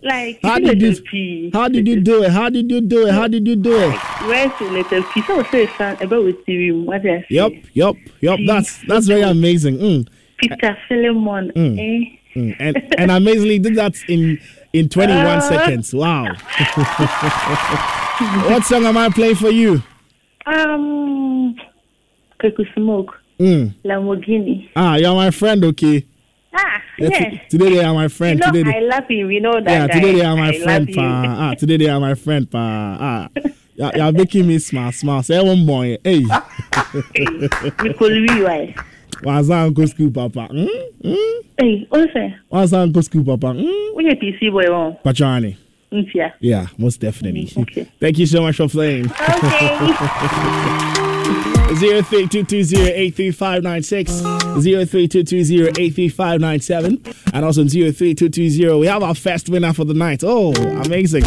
Speaker 7: Like,
Speaker 2: how
Speaker 7: you
Speaker 2: did
Speaker 7: know the
Speaker 2: you
Speaker 7: P.
Speaker 2: how did you do it? How did you do it? How did you do it?
Speaker 7: Where's the letter P? So say son about with the room. What did I say?
Speaker 2: Yep, yep, yep. That's that's very amazing. Mm,
Speaker 7: Peter Philemon.
Speaker 2: Mm.
Speaker 7: Eh?
Speaker 2: mm. And and amazingly did that in in 21
Speaker 7: Ah.
Speaker 2: seconds. Wow. what song am I playing for you?
Speaker 7: Um, Keku Smoke.
Speaker 2: Mm.
Speaker 7: Lamborghini.
Speaker 2: Ah, you're my friend, okay?
Speaker 7: Ah,
Speaker 2: Yeah,
Speaker 7: yes.
Speaker 2: t- today they are my friend.
Speaker 7: you know,
Speaker 2: today
Speaker 7: I
Speaker 2: they-
Speaker 7: love you. We know that.
Speaker 2: yeah,
Speaker 7: guy.
Speaker 2: today they are my
Speaker 7: I
Speaker 2: friend,
Speaker 7: love you.
Speaker 2: pa. Ah, today they are my friend, pa. Ah, you're, you're making me smile, smile. Say one boy, hey.
Speaker 7: Nicole Rewise.
Speaker 2: What's that, Uncle School, Papa? Hmm? Hmm?
Speaker 7: Hey, also,
Speaker 2: What's that, Uncle School, Papa? Hmm?
Speaker 7: when you PC boy on,
Speaker 2: Pachani.
Speaker 7: yeah.
Speaker 2: Yeah, most definitely. Thank you so much for playing.
Speaker 7: Okay.
Speaker 2: 03220-83596, 03220-83597, and also 03220. We have our first winner for the night. Oh, amazing.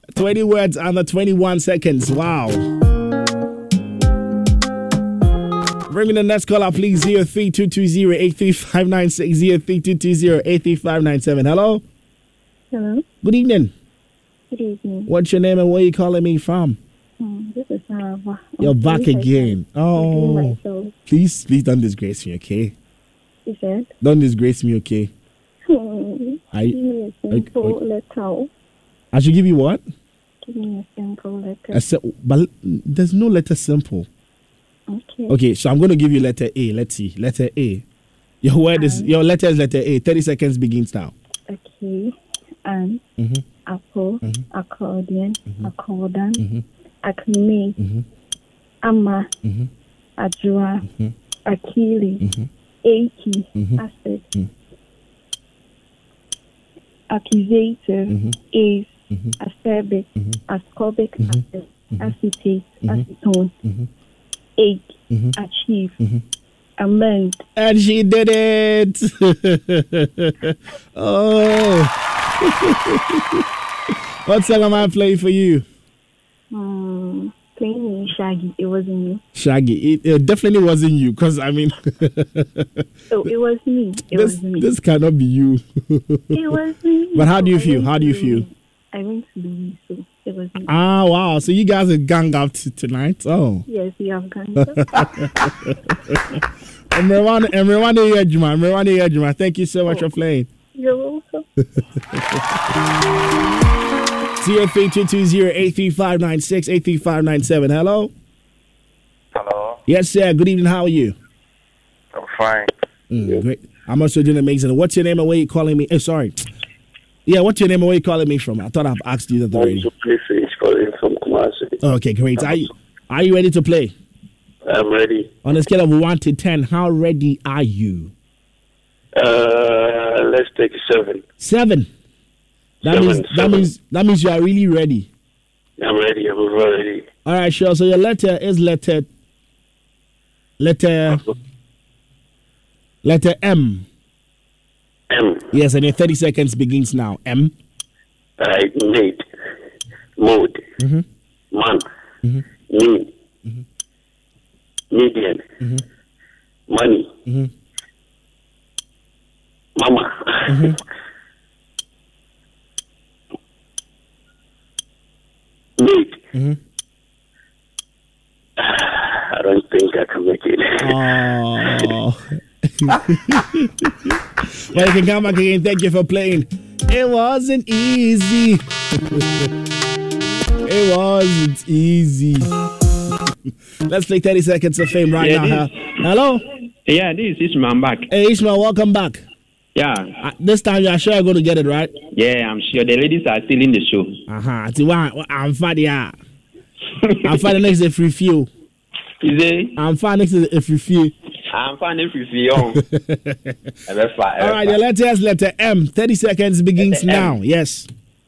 Speaker 2: 20 words under 21 seconds. Wow. Bring me the next caller, please. 03220-83596, 03220-83597. Hello?
Speaker 8: Hello.
Speaker 2: Good evening.
Speaker 8: Good evening.
Speaker 2: What's your name and where you calling me from?
Speaker 8: Um, this is Sarah.
Speaker 2: You're back again. Oh,
Speaker 8: myself.
Speaker 2: please, please don't disgrace me, okay?
Speaker 8: He said,
Speaker 2: Don't disgrace me, okay?
Speaker 8: hmm,
Speaker 2: I-
Speaker 8: give me a
Speaker 2: I-
Speaker 8: simple letter.
Speaker 2: I should give you what?
Speaker 8: Give me a simple letter.
Speaker 2: I said, but there's no letter simple.
Speaker 8: okay.
Speaker 2: Okay, so I'm going to give you letter A. Let's see, letter A. Your word is your letter is letter A. Thirty seconds begins now.
Speaker 8: Okay. An,
Speaker 2: Mhm.
Speaker 8: apple,
Speaker 2: Mm-hmm.
Speaker 8: accordion, accordion,
Speaker 2: Mhm.
Speaker 8: acme,
Speaker 2: Mm-hmm.
Speaker 8: ama, adra,
Speaker 2: Mm-hmm.
Speaker 8: akili, aki,
Speaker 2: Mhm.
Speaker 8: acid,
Speaker 2: Mhm.
Speaker 8: accusative,
Speaker 2: Mm-hmm.
Speaker 8: is, acerbic, ascorbic
Speaker 2: Mm-hmm.
Speaker 8: acid, acetate, acetone, ache,
Speaker 2: Mm-hmm.
Speaker 8: achieve, amend.
Speaker 2: And she did it. oh. what song am I playing for you?
Speaker 8: Um, playing me Shaggy, it wasn't you.
Speaker 2: Shaggy, it, it definitely wasn't you because I mean,
Speaker 8: Oh, it was me. It
Speaker 2: this,
Speaker 8: was me.
Speaker 2: this cannot be you.
Speaker 8: It was me.
Speaker 2: But how do you
Speaker 8: I
Speaker 2: feel?
Speaker 8: went
Speaker 2: How do
Speaker 8: to
Speaker 2: you
Speaker 8: Louis.
Speaker 2: feel?
Speaker 8: I went to Louis, so it was me.
Speaker 2: Ah, wow. So you guys are gang up t- tonight. Oh.
Speaker 8: Yes, you have gone.
Speaker 2: Emrewan- Emrewan Eyejima, Emrewan Eyejima, Thank you so much
Speaker 8: Oh.
Speaker 2: for playing.
Speaker 8: You're welcome.
Speaker 2: 0322083596, Hello?
Speaker 18: Hello,
Speaker 2: Yes, sir. Good evening. How are you?
Speaker 18: I'm fine.
Speaker 2: Mm, Great. I'm also doing amazing. What's your name and where you calling me? Eh, sorry. Yeah, what's your name and where you calling me from? I thought I've asked you that already.
Speaker 18: Please finish calling from Kumasi.
Speaker 2: Okay, great. Are you, are you ready to play?
Speaker 18: I'm ready.
Speaker 2: On a scale of 1 to 10, how ready are you?
Speaker 18: Uh, let's take seven.
Speaker 2: Seven. That
Speaker 18: Seven,
Speaker 2: means that
Speaker 18: seven.
Speaker 2: means that means you are really ready.
Speaker 18: I'm ready. I'm ready.
Speaker 2: All right, sure. So your letter is letter letter letter M.
Speaker 18: M.
Speaker 2: Yes, and your thirty seconds begins now. M.
Speaker 18: I made mode
Speaker 2: Mhm.
Speaker 18: man
Speaker 2: Mhm.
Speaker 18: mean median
Speaker 2: Mhm.
Speaker 18: money
Speaker 2: Mhm.
Speaker 18: mama
Speaker 2: Mhm.
Speaker 18: made.
Speaker 2: Mhm.
Speaker 18: I don't think I can make it.
Speaker 2: Oh. well, you can come back again. Thank you for playing. It wasn't easy. it wasn't easy. Let's play 30 seconds of fame right
Speaker 19: Yeah,
Speaker 2: now.
Speaker 19: this-
Speaker 2: huh? Hello?
Speaker 19: Yeah, this is Ismail back.
Speaker 2: Hey, Ishmael, welcome back.
Speaker 19: Yeah,
Speaker 2: Uh, this time you are sure you're going to get it right.
Speaker 19: yeah, I'm sure the ladies are still in the show.
Speaker 2: Uh huh. I'm fine. Yeah. I'm fine. Next is a free fuel.
Speaker 19: Is it?
Speaker 2: I'm fine. Next is a free fuel.
Speaker 19: I'm fine if you feel.
Speaker 2: All right. Your letter is letter M. 30 seconds begins
Speaker 19: Ah, Letter
Speaker 2: now.
Speaker 19: M.
Speaker 2: Yes.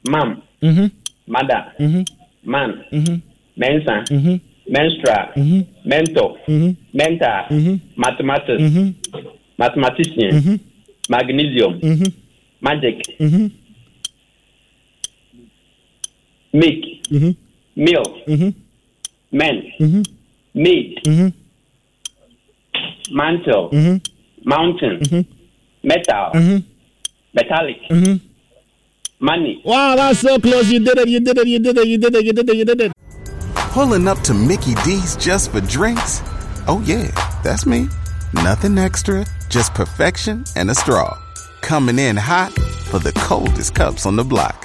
Speaker 19: Mom,
Speaker 2: Mm
Speaker 19: mother,
Speaker 2: hmm. Mm
Speaker 19: man,
Speaker 2: hmm. Mm
Speaker 19: mensa,
Speaker 2: hmm. Mm
Speaker 19: menstrual,
Speaker 2: hmm. Mm
Speaker 19: mentor,
Speaker 2: hmm. Mm
Speaker 19: mentor,
Speaker 2: hmm. Mm
Speaker 19: mathematics,
Speaker 2: hmm. Mm
Speaker 19: mathematician,
Speaker 2: hmm.
Speaker 19: magnesium,
Speaker 2: Mm hmm.
Speaker 19: magic,
Speaker 2: Mhm.
Speaker 19: milk,
Speaker 2: Mhm.
Speaker 19: milk,
Speaker 2: Mhm.
Speaker 19: men,
Speaker 2: Mhm.
Speaker 19: maid,
Speaker 2: Mhm.
Speaker 19: mantle,
Speaker 2: Mhm.
Speaker 19: mountain,
Speaker 2: Mhm.
Speaker 19: metal,
Speaker 2: Mhm.
Speaker 19: metallic,
Speaker 2: Mhm.
Speaker 19: money.
Speaker 2: Wow, that's so close. You did it. You did it. You did it. You did it. You did it. You did it.
Speaker 13: Pulling up to Mickey D's just for drinks? Oh, yeah, that's me. Nothing extra, just perfection and a straw. Coming in hot for the coldest cups on the block.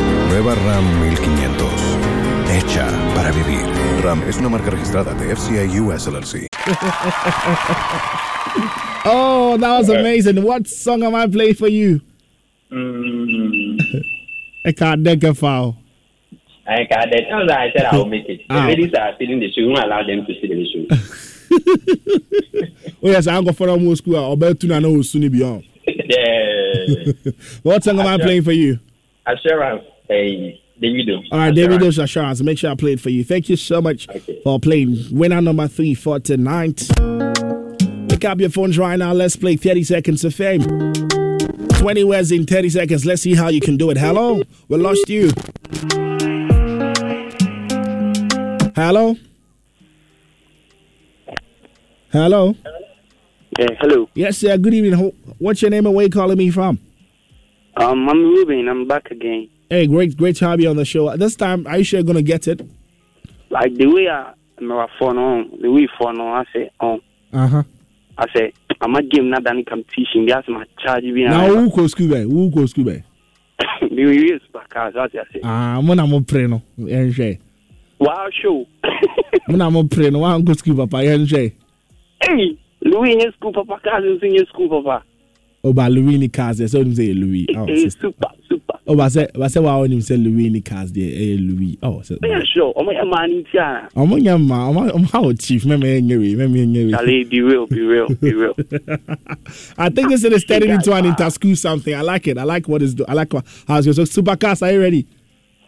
Speaker 20: Nueva RAM 1500. Hecha para vivir. RAM es una marca registrada de FCI US LLC.
Speaker 2: Oh, that was amazing. What song am I playing for you?
Speaker 19: Mm.
Speaker 2: I can't think of how.
Speaker 11: I got that. That's why I said I will make it. The
Speaker 2: Ah.
Speaker 11: ladies are still in the show. You won't allow them to see the show.
Speaker 2: Oh, yes, I'll go for more school. I'll bet you know who's soon beyond.
Speaker 11: yeah.
Speaker 2: What song am I
Speaker 19: Ah,
Speaker 11: Assurance.
Speaker 2: playing for you?
Speaker 11: Assurance. Hey, Davido.
Speaker 2: All right, David Davis Assurance. Make sure I play it for you. Thank you so much for playing. Winner number three for tonight. Pick up your phones right now. Let's play 30 Seconds of Fame. 20 words in 30 seconds. Let's see how you can do it. Hello? We lost you. Hello? Hello?
Speaker 6: hello.
Speaker 2: Yes, sir. Good evening. Ho- What's your name and where you calling me from?
Speaker 6: Um, I'm Ruben. I'm back again.
Speaker 2: Hey, great, great to have you on the show. This time, are you sure you're going to get it?
Speaker 6: Like the way I my phone on, the way phone on, I say on.
Speaker 2: Uh huh.
Speaker 6: I say I'm a game not done come teaching. That's my charge. Be
Speaker 2: Now, who goes scuba? Who goes scuba?
Speaker 6: the way is back as I say.
Speaker 2: Ah, mo na mo pre no. Yɛnhwɛ.
Speaker 6: Wow, show.
Speaker 2: Mo na mo pre no. Wankɔ sukuu papa yɛnhwɛ.
Speaker 6: Hey, Louis in school, Papa Cousins in school, Papa.
Speaker 2: Oba Louis ni cars deɛ sɛ onim sɛ ɛyɛ Louis. Oh,
Speaker 6: Hey,
Speaker 2: sister.
Speaker 6: Eh, super, super.
Speaker 2: Oba sɛ oba sɛ wa onim sɛ Louis ni cars deɛ ɛyɛ Louis. Oh, sɛ.
Speaker 6: Yeah, sure. I'm a man in Tiana.
Speaker 2: Ɔmo nya mma ɔmo ɔmo how chief mɛmɛ yɛ nyere mɛmɛ yɛ nyere.
Speaker 6: Charlie, be real, be real, be real.
Speaker 2: I think this is turning into an inter school something. I like it. I like what is do. I like what- how it's going. So super cars, are you ready?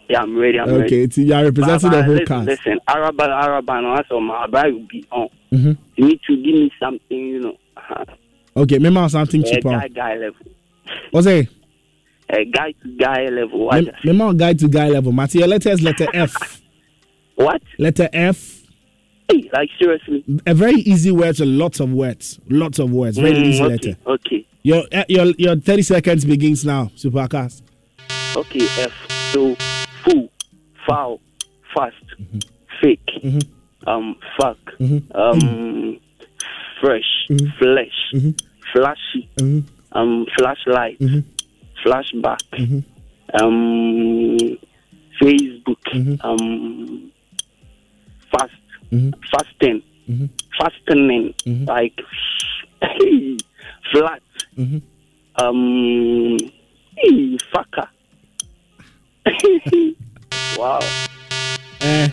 Speaker 6: Yeah, I'm ready. I'm ready.
Speaker 2: Okay, so you are representing
Speaker 6: Baba,
Speaker 2: the whole
Speaker 6: listen,
Speaker 2: cast.
Speaker 6: Listen, Araba, Araba, no, that's all my bride will be on.
Speaker 2: Mhm.
Speaker 6: You need to give me something, you know. Uh-huh.
Speaker 2: Okay, remember something
Speaker 6: a
Speaker 2: cheaper.
Speaker 6: guy, guy level.
Speaker 2: What's it?
Speaker 6: A guy to guy level. What?
Speaker 2: Mem- Remember guy to guy level. Matthew, letters letter F.
Speaker 6: what?
Speaker 2: Letter F.
Speaker 6: Hey, like, seriously.
Speaker 2: a very easy words, a lot of words, lots of words, very
Speaker 6: Mm,
Speaker 2: easy
Speaker 6: okay,
Speaker 2: letter.
Speaker 6: Okay,
Speaker 2: Your eh, your your thirty seconds begins now, Supercast.
Speaker 6: okay. F. So, fool, foul, fast, fake,
Speaker 2: Mm-hmm.
Speaker 6: um, fuck, um, fresh,
Speaker 2: Mm-hmm.
Speaker 6: flesh, flashy, um, flashlight,
Speaker 2: mm-hmm,
Speaker 6: flashback, um, Facebook, um, fast, fasting, fastening, like flat, um, hey, fucker. wow,
Speaker 2: Eh,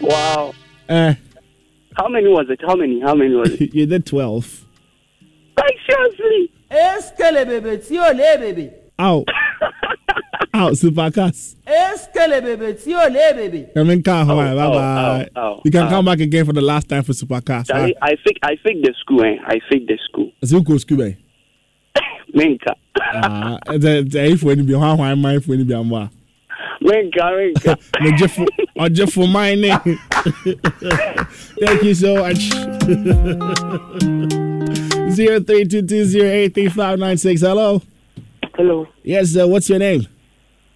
Speaker 6: wow.
Speaker 2: eh,
Speaker 6: How many was it? How many? How many was it?
Speaker 2: you did twelve.
Speaker 6: Like seriously?
Speaker 9: Eskele bebe tí ò lé bèbè.
Speaker 2: Ow, ow, Supercast.
Speaker 9: Eskele bebe tí ò lé bèbè.
Speaker 2: I mean, can't bye
Speaker 6: ow,
Speaker 2: bye.
Speaker 6: ow, ow,
Speaker 2: You can
Speaker 6: ow.
Speaker 2: come back again for the last time for Supercast.
Speaker 6: Charlie, I think I think the school, eh? I think the school.
Speaker 2: Zuko Scuba.
Speaker 6: Menka,
Speaker 2: Ah, the the if when you be how why my when you be amwa.
Speaker 6: menka, menka.
Speaker 2: Me jeffo, or jeffo mine. Thank you so much. Zero three two two zero eight three five nine six. Hello.
Speaker 6: Hello.
Speaker 2: Yes, uh, what's your name?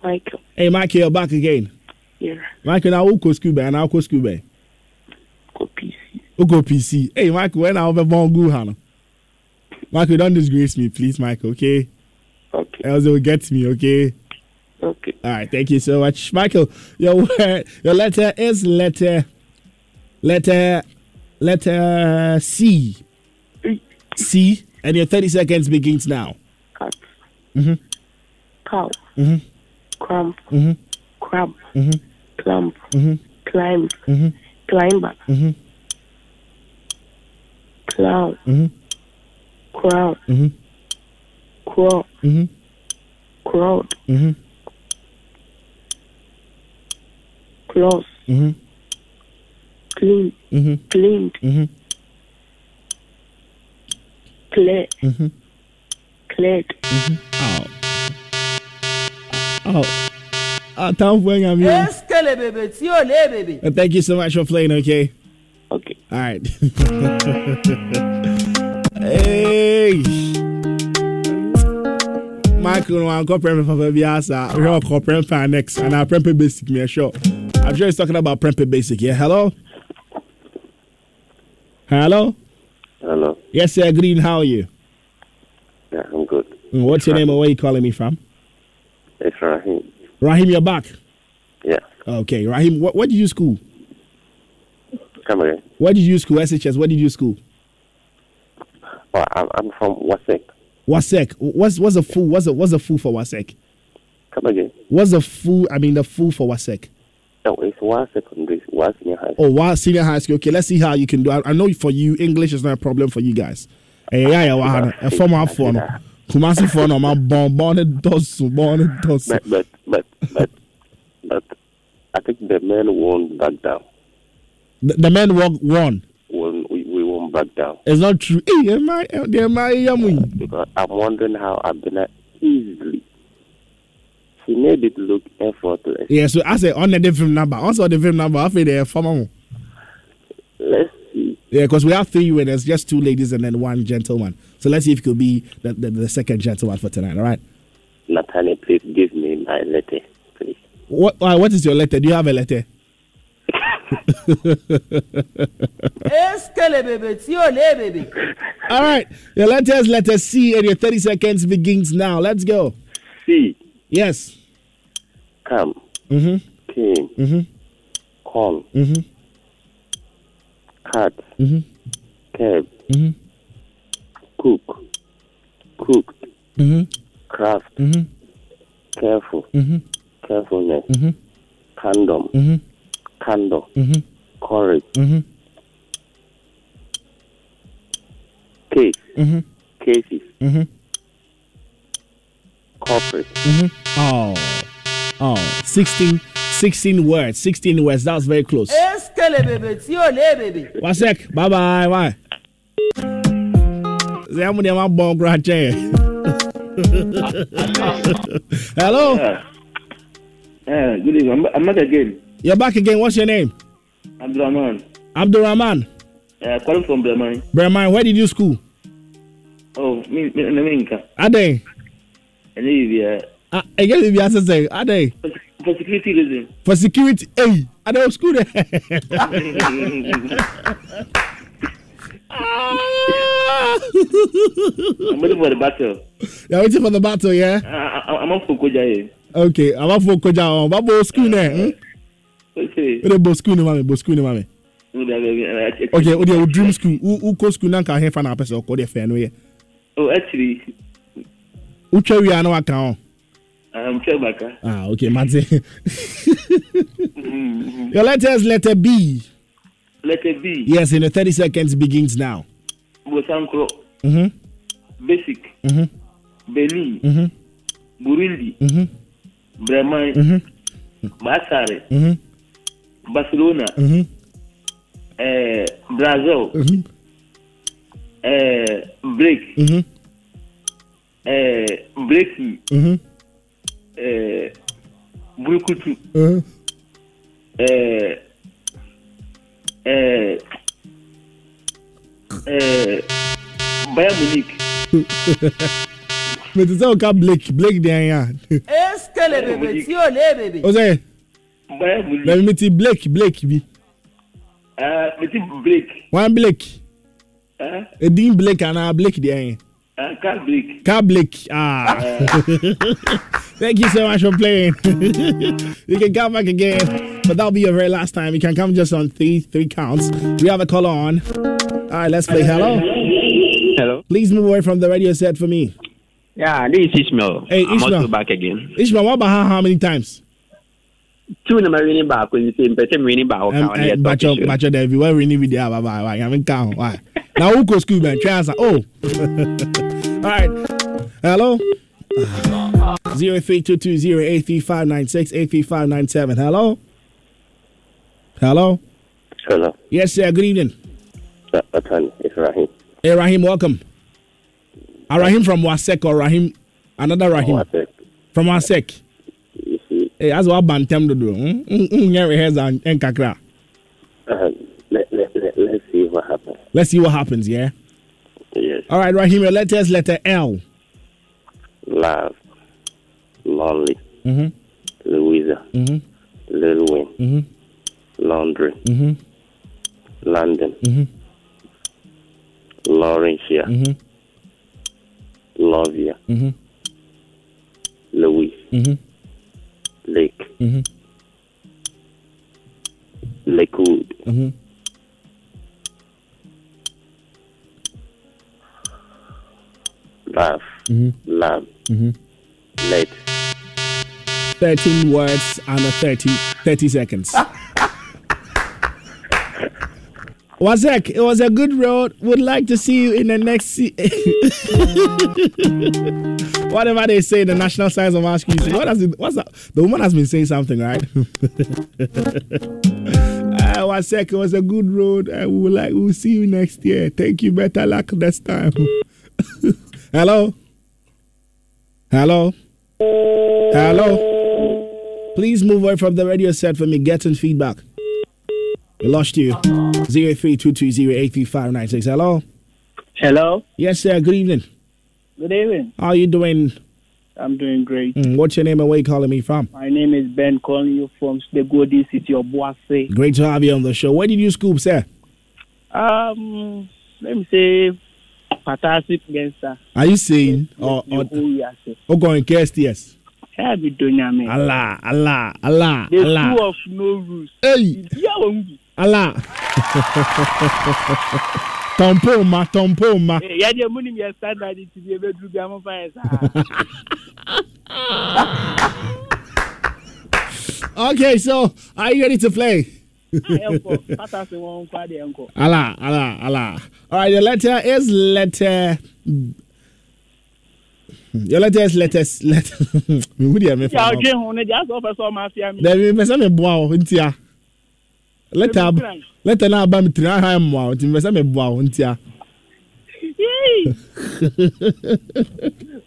Speaker 6: Michael.
Speaker 2: Hey, Michael, you're back again.
Speaker 6: Yeah.
Speaker 2: Michael, now who goes Cuba and I'll go Cuba. Go PC. Go PC. Hey, Michael, when I'll be born good, Hannah. Michael, don't disgrace me, please, Michael. Okay.
Speaker 6: Okay.
Speaker 2: Else it will get me. Okay.
Speaker 6: Okay.
Speaker 2: All right. Thank you so much, Michael. Your word, your letter is letter, letter, letter C.
Speaker 6: E.
Speaker 2: C. And your thirty seconds begins now.
Speaker 6: Cut.
Speaker 2: Mhm.
Speaker 6: Cow.
Speaker 2: Mhm.
Speaker 6: Cramp.
Speaker 2: Mhm.
Speaker 6: Crab.
Speaker 2: Mhm.
Speaker 6: Clamp.
Speaker 2: Mhm.
Speaker 6: Climb.
Speaker 2: Mhm.
Speaker 6: Climber.
Speaker 2: Mhm.
Speaker 6: Clown.
Speaker 2: Mhm.
Speaker 6: Crowd.
Speaker 2: Mhm.
Speaker 6: Crawl.
Speaker 2: Mhm.
Speaker 6: Crowd.
Speaker 2: Mhm.
Speaker 6: Close.
Speaker 2: Mhm.
Speaker 7: clean,
Speaker 2: Mm-hmm.
Speaker 7: cleaned,
Speaker 2: Mm-hmm.
Speaker 7: clear,
Speaker 2: Mm-hmm.
Speaker 7: cleared.
Speaker 2: Oh. Uh, time for I'm here.
Speaker 9: Est-ce que les bébés si on les bébés?
Speaker 2: And thank you so much for playing, okay? Okay. All right. hey. Michael, no, I'm going for baby asa. We're going to prem for next. And I'll prem for basic, me sure. I'm sure he's talking about prem for basic. Yeah, hello? Hello?
Speaker 6: Hello.
Speaker 2: Yes, sir. Green, how are you?
Speaker 6: Yeah, I'm good.
Speaker 2: Mm, What's your name and where you calling me from?
Speaker 6: It's Rahim.
Speaker 2: Rahim, you're back.
Speaker 6: Yeah,
Speaker 2: Okay, Rahim, what, where did you school?
Speaker 6: come again.
Speaker 2: Where did you school? SHS, where did you school?
Speaker 6: Oh, I'm, I'm from Wasik.
Speaker 2: Wasek. E What's what's a full? What's a what's a full for Wasek?
Speaker 6: Come again.
Speaker 2: What's a full? I mean, the full for Wasek.
Speaker 6: No, it's Wasik Secondary, Wasik Senior High.
Speaker 2: E Oh, wow, senior high school. Okay, let's see how you can do. I, I know for you, English is not a problem for you guys. Eh, yeah, yeah, wow, no. Eh, form our phone. Kumasi phone, I'm a bon, bon, it does, so, bon, it does. so.
Speaker 6: But, but, but, but, but, I think the men won't back down.
Speaker 2: The, the men won. won.
Speaker 6: Won't- We, we won't back down.
Speaker 2: It's not true. Eh, am I, am I, am
Speaker 6: Because I'm wondering how Abena easily. She made it look effortless.
Speaker 2: Yeah, so I say on the different number. Also, the different number. I feel they're formal.
Speaker 6: Let's see.
Speaker 2: Yeah, because we have three winners, just two ladies and then one gentleman. So let's see if it could be the, the, the second gentleman for tonight. All right.
Speaker 6: Nathaniel, please give me my letter, please.
Speaker 2: What uh, What is your letter? Do you have a letter?
Speaker 9: Est-ce que les bébés si on les bébés?
Speaker 2: All right. Your letters, letter C, and your 30 seconds begins now. Let's go.
Speaker 6: C.
Speaker 2: Yes.
Speaker 6: Come.
Speaker 2: Mm
Speaker 6: King.
Speaker 2: hmm. Mm
Speaker 6: Con.
Speaker 2: hmm. Mm
Speaker 6: Cat.
Speaker 2: hmm. Mm
Speaker 6: Cab.
Speaker 2: hmm. Mm
Speaker 6: Cook. Cooked.
Speaker 2: hmm. Mm
Speaker 6: Craft.
Speaker 2: hmm. Mm
Speaker 6: Careful.
Speaker 2: hmm. Mm
Speaker 6: Carefulness.
Speaker 2: hmm. Mm
Speaker 6: Condom.
Speaker 2: hmm. Mm
Speaker 6: Candor.
Speaker 2: hmm. Mm
Speaker 6: Courage.
Speaker 2: hmm. Mm
Speaker 6: Case.
Speaker 2: hmm. Mm
Speaker 6: Cases.
Speaker 2: hmm. Mm
Speaker 6: Corporate.
Speaker 2: hmm. Oh. Oh. 16, 16 words. 16 words. That was very close.
Speaker 9: Est-ce que les bébés si on les bébés?
Speaker 2: One sec. Bye bye. Bye. Say, I'm gonna have a bomb right there. Hello.
Speaker 5: Yeah, Eh, good evening. I'm, ba- I'm back again.
Speaker 2: You're back again. What's your name?
Speaker 5: Abdulrahman.
Speaker 2: Abdurrahman.
Speaker 5: Uh, calling from Bremen.
Speaker 2: Breman, where did you school?
Speaker 5: Oh, me, me, me, me, Nka.
Speaker 2: Ade.
Speaker 5: And then,
Speaker 2: Ah, I guess if you answer say, Ade.
Speaker 5: uh, for security reason.
Speaker 2: For security, hey, Ade of school there.
Speaker 5: Ah. I'm waiting for the battle.
Speaker 2: You're waiting for the battle, yeah?
Speaker 5: I, I, I'm up for eh. Koja here.
Speaker 2: Okay, I'm up for Koja. oh, Babo school there. Hmm?
Speaker 5: Okay.
Speaker 2: Where the bo school, mami? Bo school, mami? Okay, oh, the dream school. Who, who co school now can hear fan a person or call their fan, yeah?
Speaker 5: Oh, actually,
Speaker 2: Who tell you I know I can't?
Speaker 5: I'm Trebaka.
Speaker 2: Ah, okay, Mate. Your letters, letter B.
Speaker 5: Letter B.
Speaker 2: Yes, in the 30 seconds begins now.
Speaker 5: Bosankro.
Speaker 2: Mm-hmm.
Speaker 5: Basic.
Speaker 2: Mm-hmm.
Speaker 5: Benin.
Speaker 2: Mm-hmm.
Speaker 5: Burundi.
Speaker 2: Mm-hmm.
Speaker 5: Bremen.
Speaker 2: Mm-hmm.
Speaker 5: Basare.
Speaker 2: Mm-hmm.
Speaker 5: Barcelona.
Speaker 2: Mm-hmm.
Speaker 5: Eh, Brazil.
Speaker 2: Mm-hmm.
Speaker 5: Eh, break.
Speaker 2: Mm-hmm.
Speaker 5: Eh, breaking.
Speaker 2: Mm-hmm.
Speaker 5: Eh, Burukutu.
Speaker 2: Uh-huh.
Speaker 5: Eh, eh, eh, Bayern Munich.
Speaker 2: But it's all got Blake. Blake there, yeah.
Speaker 9: Est-ce que les bébés si on les bébés?
Speaker 2: Oh, say,
Speaker 5: Bayern
Speaker 2: let
Speaker 5: Munich.
Speaker 2: me meet you, Blake. Blake, be.
Speaker 5: Ah, Petit break.
Speaker 2: One Blake.
Speaker 5: Ah,
Speaker 2: A Dean Blake and a Blake there. yeah.
Speaker 5: ah, car break.
Speaker 2: Car Blake. Ah. Thank you so much for playing. you can come back again, but that'll be your very last time. You can come just on three three counts. We have a caller on. All right, let's play. Hello.
Speaker 11: Hello.
Speaker 2: Please move away from the radio set for me.
Speaker 11: Yeah, this is Ismail.
Speaker 2: Hey,
Speaker 11: I'm
Speaker 2: Ismail.
Speaker 11: also back again.
Speaker 2: Ishma, what about how, how many times?
Speaker 11: Two na mawini baako nti mpɛsɛ mawini baako
Speaker 2: Um,
Speaker 11: ka ɔne yɛ
Speaker 2: Bacho,
Speaker 11: tɔpisi.
Speaker 2: Bacho, there. If you were really with the Abba, why? why? I mean, count. Why? Now, who goes school, man? Try answer. Oh. All right. Hello. Zero three two two zero eight three five nine six eight three five nine seven. Hello. Hello.
Speaker 7: Hello.
Speaker 2: Yes, sir. Good evening.
Speaker 7: Uh, Attorney Ibrahim.
Speaker 2: Hey, Rahim, welcome. Uh, Rahim from Wasek or Rahim, another Rahim. From Wasek. Hey, that's what Bantam to do. Mm, mm, mm, yeah, rehearse and- and kakra.
Speaker 7: Uh, let, let, let, let's see what happens.
Speaker 2: Let's see what happens, yeah?
Speaker 7: Yes.
Speaker 2: All right, Rahim, your letters, letter L.
Speaker 7: Love. Lonely.
Speaker 2: Mm-hmm.
Speaker 7: Louisa.
Speaker 2: Mm-hmm.
Speaker 7: Lil Wayne.
Speaker 2: Mm-hmm.
Speaker 7: Laundry.
Speaker 2: Mm-hmm.
Speaker 7: London.
Speaker 2: Mm-hmm.
Speaker 7: Laurentia.
Speaker 2: Mm-hmm.
Speaker 7: Lovia.
Speaker 2: Mm-hmm.
Speaker 7: Louis.
Speaker 2: Mm-hmm.
Speaker 7: Lake.
Speaker 2: Mm-hmm.
Speaker 7: Lakewood.
Speaker 2: Mm-hmm.
Speaker 7: Love.
Speaker 2: Mm-hmm.
Speaker 7: Love.
Speaker 2: Mm-hmm.
Speaker 7: Let.
Speaker 2: 13 words and a 30, 30 seconds. Wazek, it was a good road. Would like to see you in the next. Se- Whatever they say, the national size of asking you. What has it, what's that? The woman has been saying something, right? Ah, Wazek, it was a good road. I would like. We'll see you next year. Thank you. Better luck next time. Hello. Hello. Hello. Please move away from the radio set for me. Get some feedback. We lost you. 03220835996. Hello.
Speaker 11: Hello.
Speaker 2: Yes, sir. Good evening.
Speaker 11: Good evening.
Speaker 2: How are you doing?
Speaker 11: I'm doing great.
Speaker 2: Mm, what's your name and where you calling me from?
Speaker 11: My name is Ben, calling you from the Golden City of Boise.
Speaker 2: Great to have you on the show. Where did you scoop, sir?
Speaker 11: Um, let me say, Patasi Gangster.
Speaker 2: Are you Oh, saying? Or, or, or going guest? Yes.
Speaker 11: Help me, Donya man.
Speaker 2: Allah, Allah, Allah,
Speaker 11: The
Speaker 2: Allah.
Speaker 11: school of no rules.
Speaker 2: Hey.
Speaker 11: Yeah, Ongi.
Speaker 2: Allah. Tompoma, Tompoma.
Speaker 11: Hey, yeah, the money we stand by the TV, we do be among fire, sir.
Speaker 2: Okay, so are you ready to play?
Speaker 11: Uncle, Patasi won't cry the uncle.
Speaker 2: Allah, Allah, Allah. All right, your letter is letter. Your letter is letter. letter. Me wudi ya me
Speaker 11: Yeah,
Speaker 2: fa.
Speaker 11: I'll drink on it. That's all for some mafia. me.
Speaker 2: Na me pesa me boa o ntia. Letter ab-
Speaker 11: Let me
Speaker 2: letter na aba me tiri aha mo a o ntia me pesa me boa o ntia.
Speaker 11: Yay!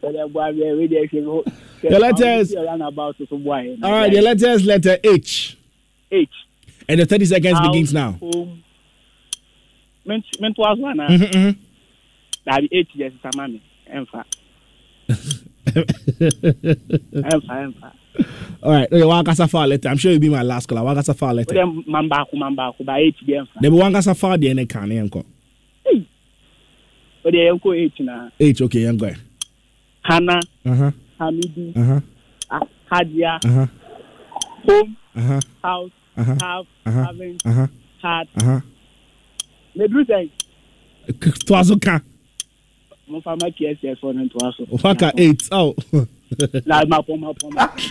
Speaker 11: Well, that uh, boy, we- we there, she go-
Speaker 2: The letters.
Speaker 11: Around about to some boy.
Speaker 2: All right, your letter is letter H.
Speaker 11: H.
Speaker 2: And the 30 seconds
Speaker 11: Out
Speaker 2: begins now.
Speaker 11: home. Men- men to aso ana?
Speaker 2: Mhm, mhm.
Speaker 11: Dabi, eight years is ama me. Ɛmfa. Ɛmfa, ɛmfa.
Speaker 2: All right, okay, wakasa fa letter. I'm sure you'll be my last caller. Wakasa fa letter.
Speaker 11: Wode man baako, man baako, ba eight bi ɛmfa.
Speaker 2: Dem wankasa fa de ne kan enko.
Speaker 11: Wode yɛnkɔ eight na.
Speaker 2: H okay, enko.
Speaker 11: Hana,
Speaker 2: Uh-huh.
Speaker 11: Hamidu,
Speaker 2: Uh-huh.
Speaker 11: Ah- Hadia,
Speaker 2: Uh-huh.
Speaker 11: home,
Speaker 2: Uh-huh.
Speaker 11: house,
Speaker 2: Uh-huh.
Speaker 11: have,
Speaker 2: Uh-huh.
Speaker 11: haven't,
Speaker 2: Uh-huh.
Speaker 11: had.
Speaker 2: Uh-huh.
Speaker 11: Meduru sɛn?
Speaker 2: To azuka.
Speaker 11: Momfa mma KSS fo no nto aso.
Speaker 2: Waka 8. Oh.
Speaker 11: Na mapɔ, mapɔ, mapɔ.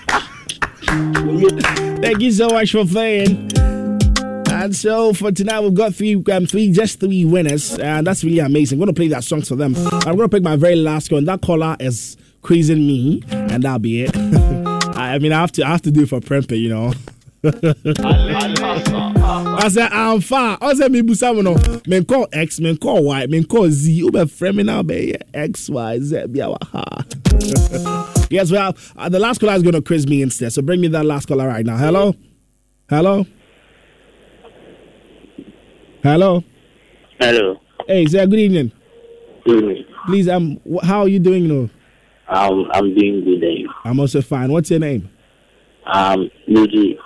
Speaker 2: Thank you so much for playing. And so for tonight, we've got three, um, three, just three winners, and that's really amazing. I'm gonna play that song for them. I'm gonna pick my very last one. That caller is crazing me, and that'll be it. I, I mean, I have to, I have to do it for Prempe, you know. I said I'm far. I said me busamu no. Men call X, men call Y, men call Z. You be framing now, be X, Y, Z. Be our ha. Yes, well, uh, the last caller is gonna quiz me instead. So bring me that last caller right now. Hello, hello, hello.
Speaker 18: Hello.
Speaker 2: Hey, sir. Good evening.
Speaker 18: Good evening.
Speaker 2: Please, um, wh- how are you doing? You know,
Speaker 18: Um, I'm doing good. eh?
Speaker 2: I'm also fine. What's your name?
Speaker 18: Um, Luigi.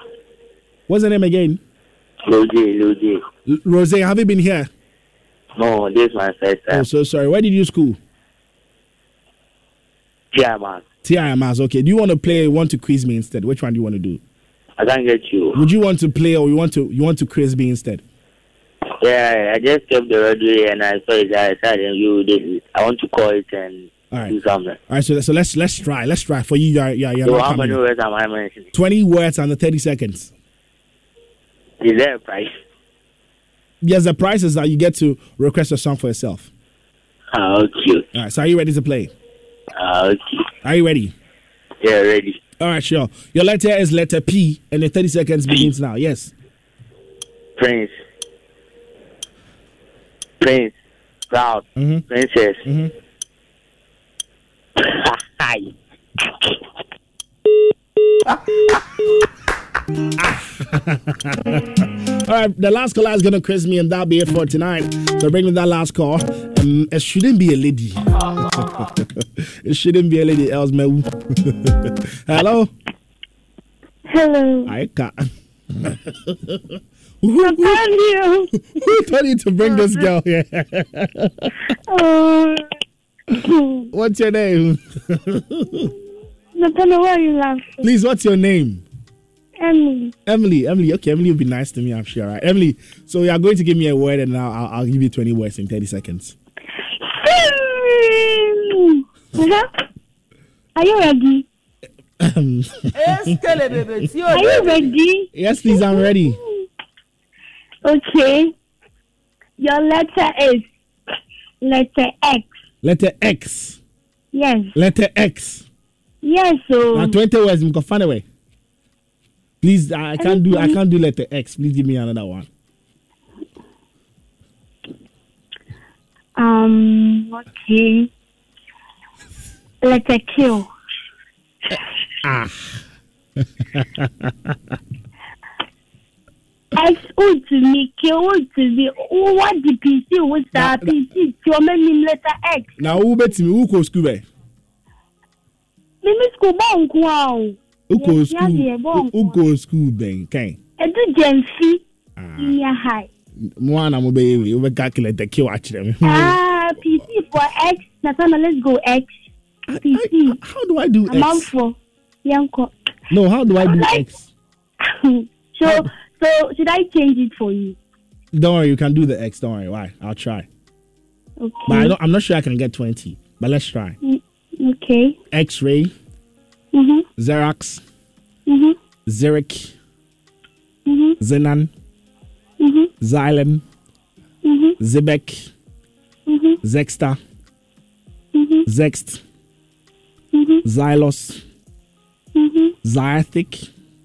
Speaker 2: What's your name again?
Speaker 18: Luigi, Luigi.
Speaker 2: L- Rose. Have you been here?
Speaker 18: No, this is my first
Speaker 2: Oh,
Speaker 18: time.
Speaker 2: so sorry. Where did you school?
Speaker 18: Yeah, man.
Speaker 2: TIMAS. Okay. Do you want to play? Or you want to quiz me instead? Which one do you want to do?
Speaker 18: I can't get you.
Speaker 2: Would you want to play or you want to you want to quiz me instead?
Speaker 18: Yeah, I just kept the radio here and I saw it. I said, you did it. I want to call it and
Speaker 2: All right.
Speaker 18: do something.
Speaker 2: All right. So so let's let's try. Let's try for you. Yeah, yeah, yeah.
Speaker 18: so, how many words am I mentioning?
Speaker 2: Twenty words under thirty seconds.
Speaker 18: Is there a price?
Speaker 2: Yes, the price is that you get to request a song for yourself.
Speaker 18: Ah, okay.
Speaker 2: All right. So are you ready to play?
Speaker 18: Ah, okay.
Speaker 2: Are you ready?
Speaker 18: Yeah, ready.
Speaker 2: All right. Sure. Your letter is letter P, and the thirty seconds begins now. Yes.
Speaker 18: Prince.
Speaker 11: Prince, Proud,
Speaker 2: Mm-hmm.
Speaker 11: Princess. Hi.
Speaker 2: All right, the last caller is gonna quiz me, and that'll be it for tonight. So bring me that last call. Um, it shouldn't be a lady. it shouldn't be a lady, else, man. Hello.
Speaker 7: Hello.
Speaker 2: I can't. Who,
Speaker 7: who,
Speaker 2: who told you to bring this girl here?
Speaker 7: Uh,
Speaker 2: what's your name?
Speaker 7: Nathaniel, why are you laughing?
Speaker 2: Please, what's your name?
Speaker 7: Emily.
Speaker 2: Emily, Emily, okay, Emily will be nice to me, I'm sure, right? Emily, so you are going to give me a word and I'll, I'll, I'll give you 20 words in 30 seconds.
Speaker 7: Huh? Are you ready?
Speaker 21: Est-ce que le bébé tio
Speaker 7: Are you ready?
Speaker 2: Um, yes, please, I'm ready.
Speaker 7: Okay. Your letter is letter X.
Speaker 2: Letter X.
Speaker 7: Yes.
Speaker 2: Letter X.
Speaker 7: Yes.
Speaker 2: Now,
Speaker 7: So
Speaker 2: 20 words, go find away. Please, I can't do, I can't do letter X. Please give me another one.
Speaker 7: um. Okay. Letter Q.
Speaker 2: Ah.
Speaker 7: X O to me, Q O to me. O what the PC was that PC? Your name letter X.
Speaker 2: now, who bet me? Who goes school? eh?
Speaker 7: Mimi school bon wow.
Speaker 2: Who goes
Speaker 7: Yeah, yeah, bon.
Speaker 2: school? Who goes school? Ben, can
Speaker 7: Edu Jensi.
Speaker 2: Mm.
Speaker 7: Yeah, hi.
Speaker 2: Mwana mo be we we calculate the kill actually.
Speaker 7: Ah, PC for X. Natana, let's go X. PC.
Speaker 2: How do I do X?
Speaker 7: Amount for Yanko.
Speaker 2: No, how do I do X?
Speaker 7: so, so should I change it for you?
Speaker 2: Don't worry, you can do the X. Don't worry, why? I'll try.
Speaker 7: Okay.
Speaker 2: But I don't, I'm not sure I can get twenty. But let's try.
Speaker 7: Mm, Okay.
Speaker 2: X-ray,
Speaker 8: Mm-hmm.
Speaker 7: Mhm.
Speaker 2: Xerox,
Speaker 7: Mhm.
Speaker 2: Xeric,
Speaker 7: Mhm.
Speaker 2: Xenon,
Speaker 7: Mhm.
Speaker 2: Xylem,
Speaker 7: Mhm.
Speaker 5: Mm-hmm.
Speaker 2: Zebek,
Speaker 7: Mhm.
Speaker 2: Zexta,
Speaker 7: Mhm.
Speaker 2: Zext,
Speaker 7: Mhm.
Speaker 2: Xylos,
Speaker 7: Mhm.
Speaker 5: Mm-hmm.
Speaker 2: Xiathic,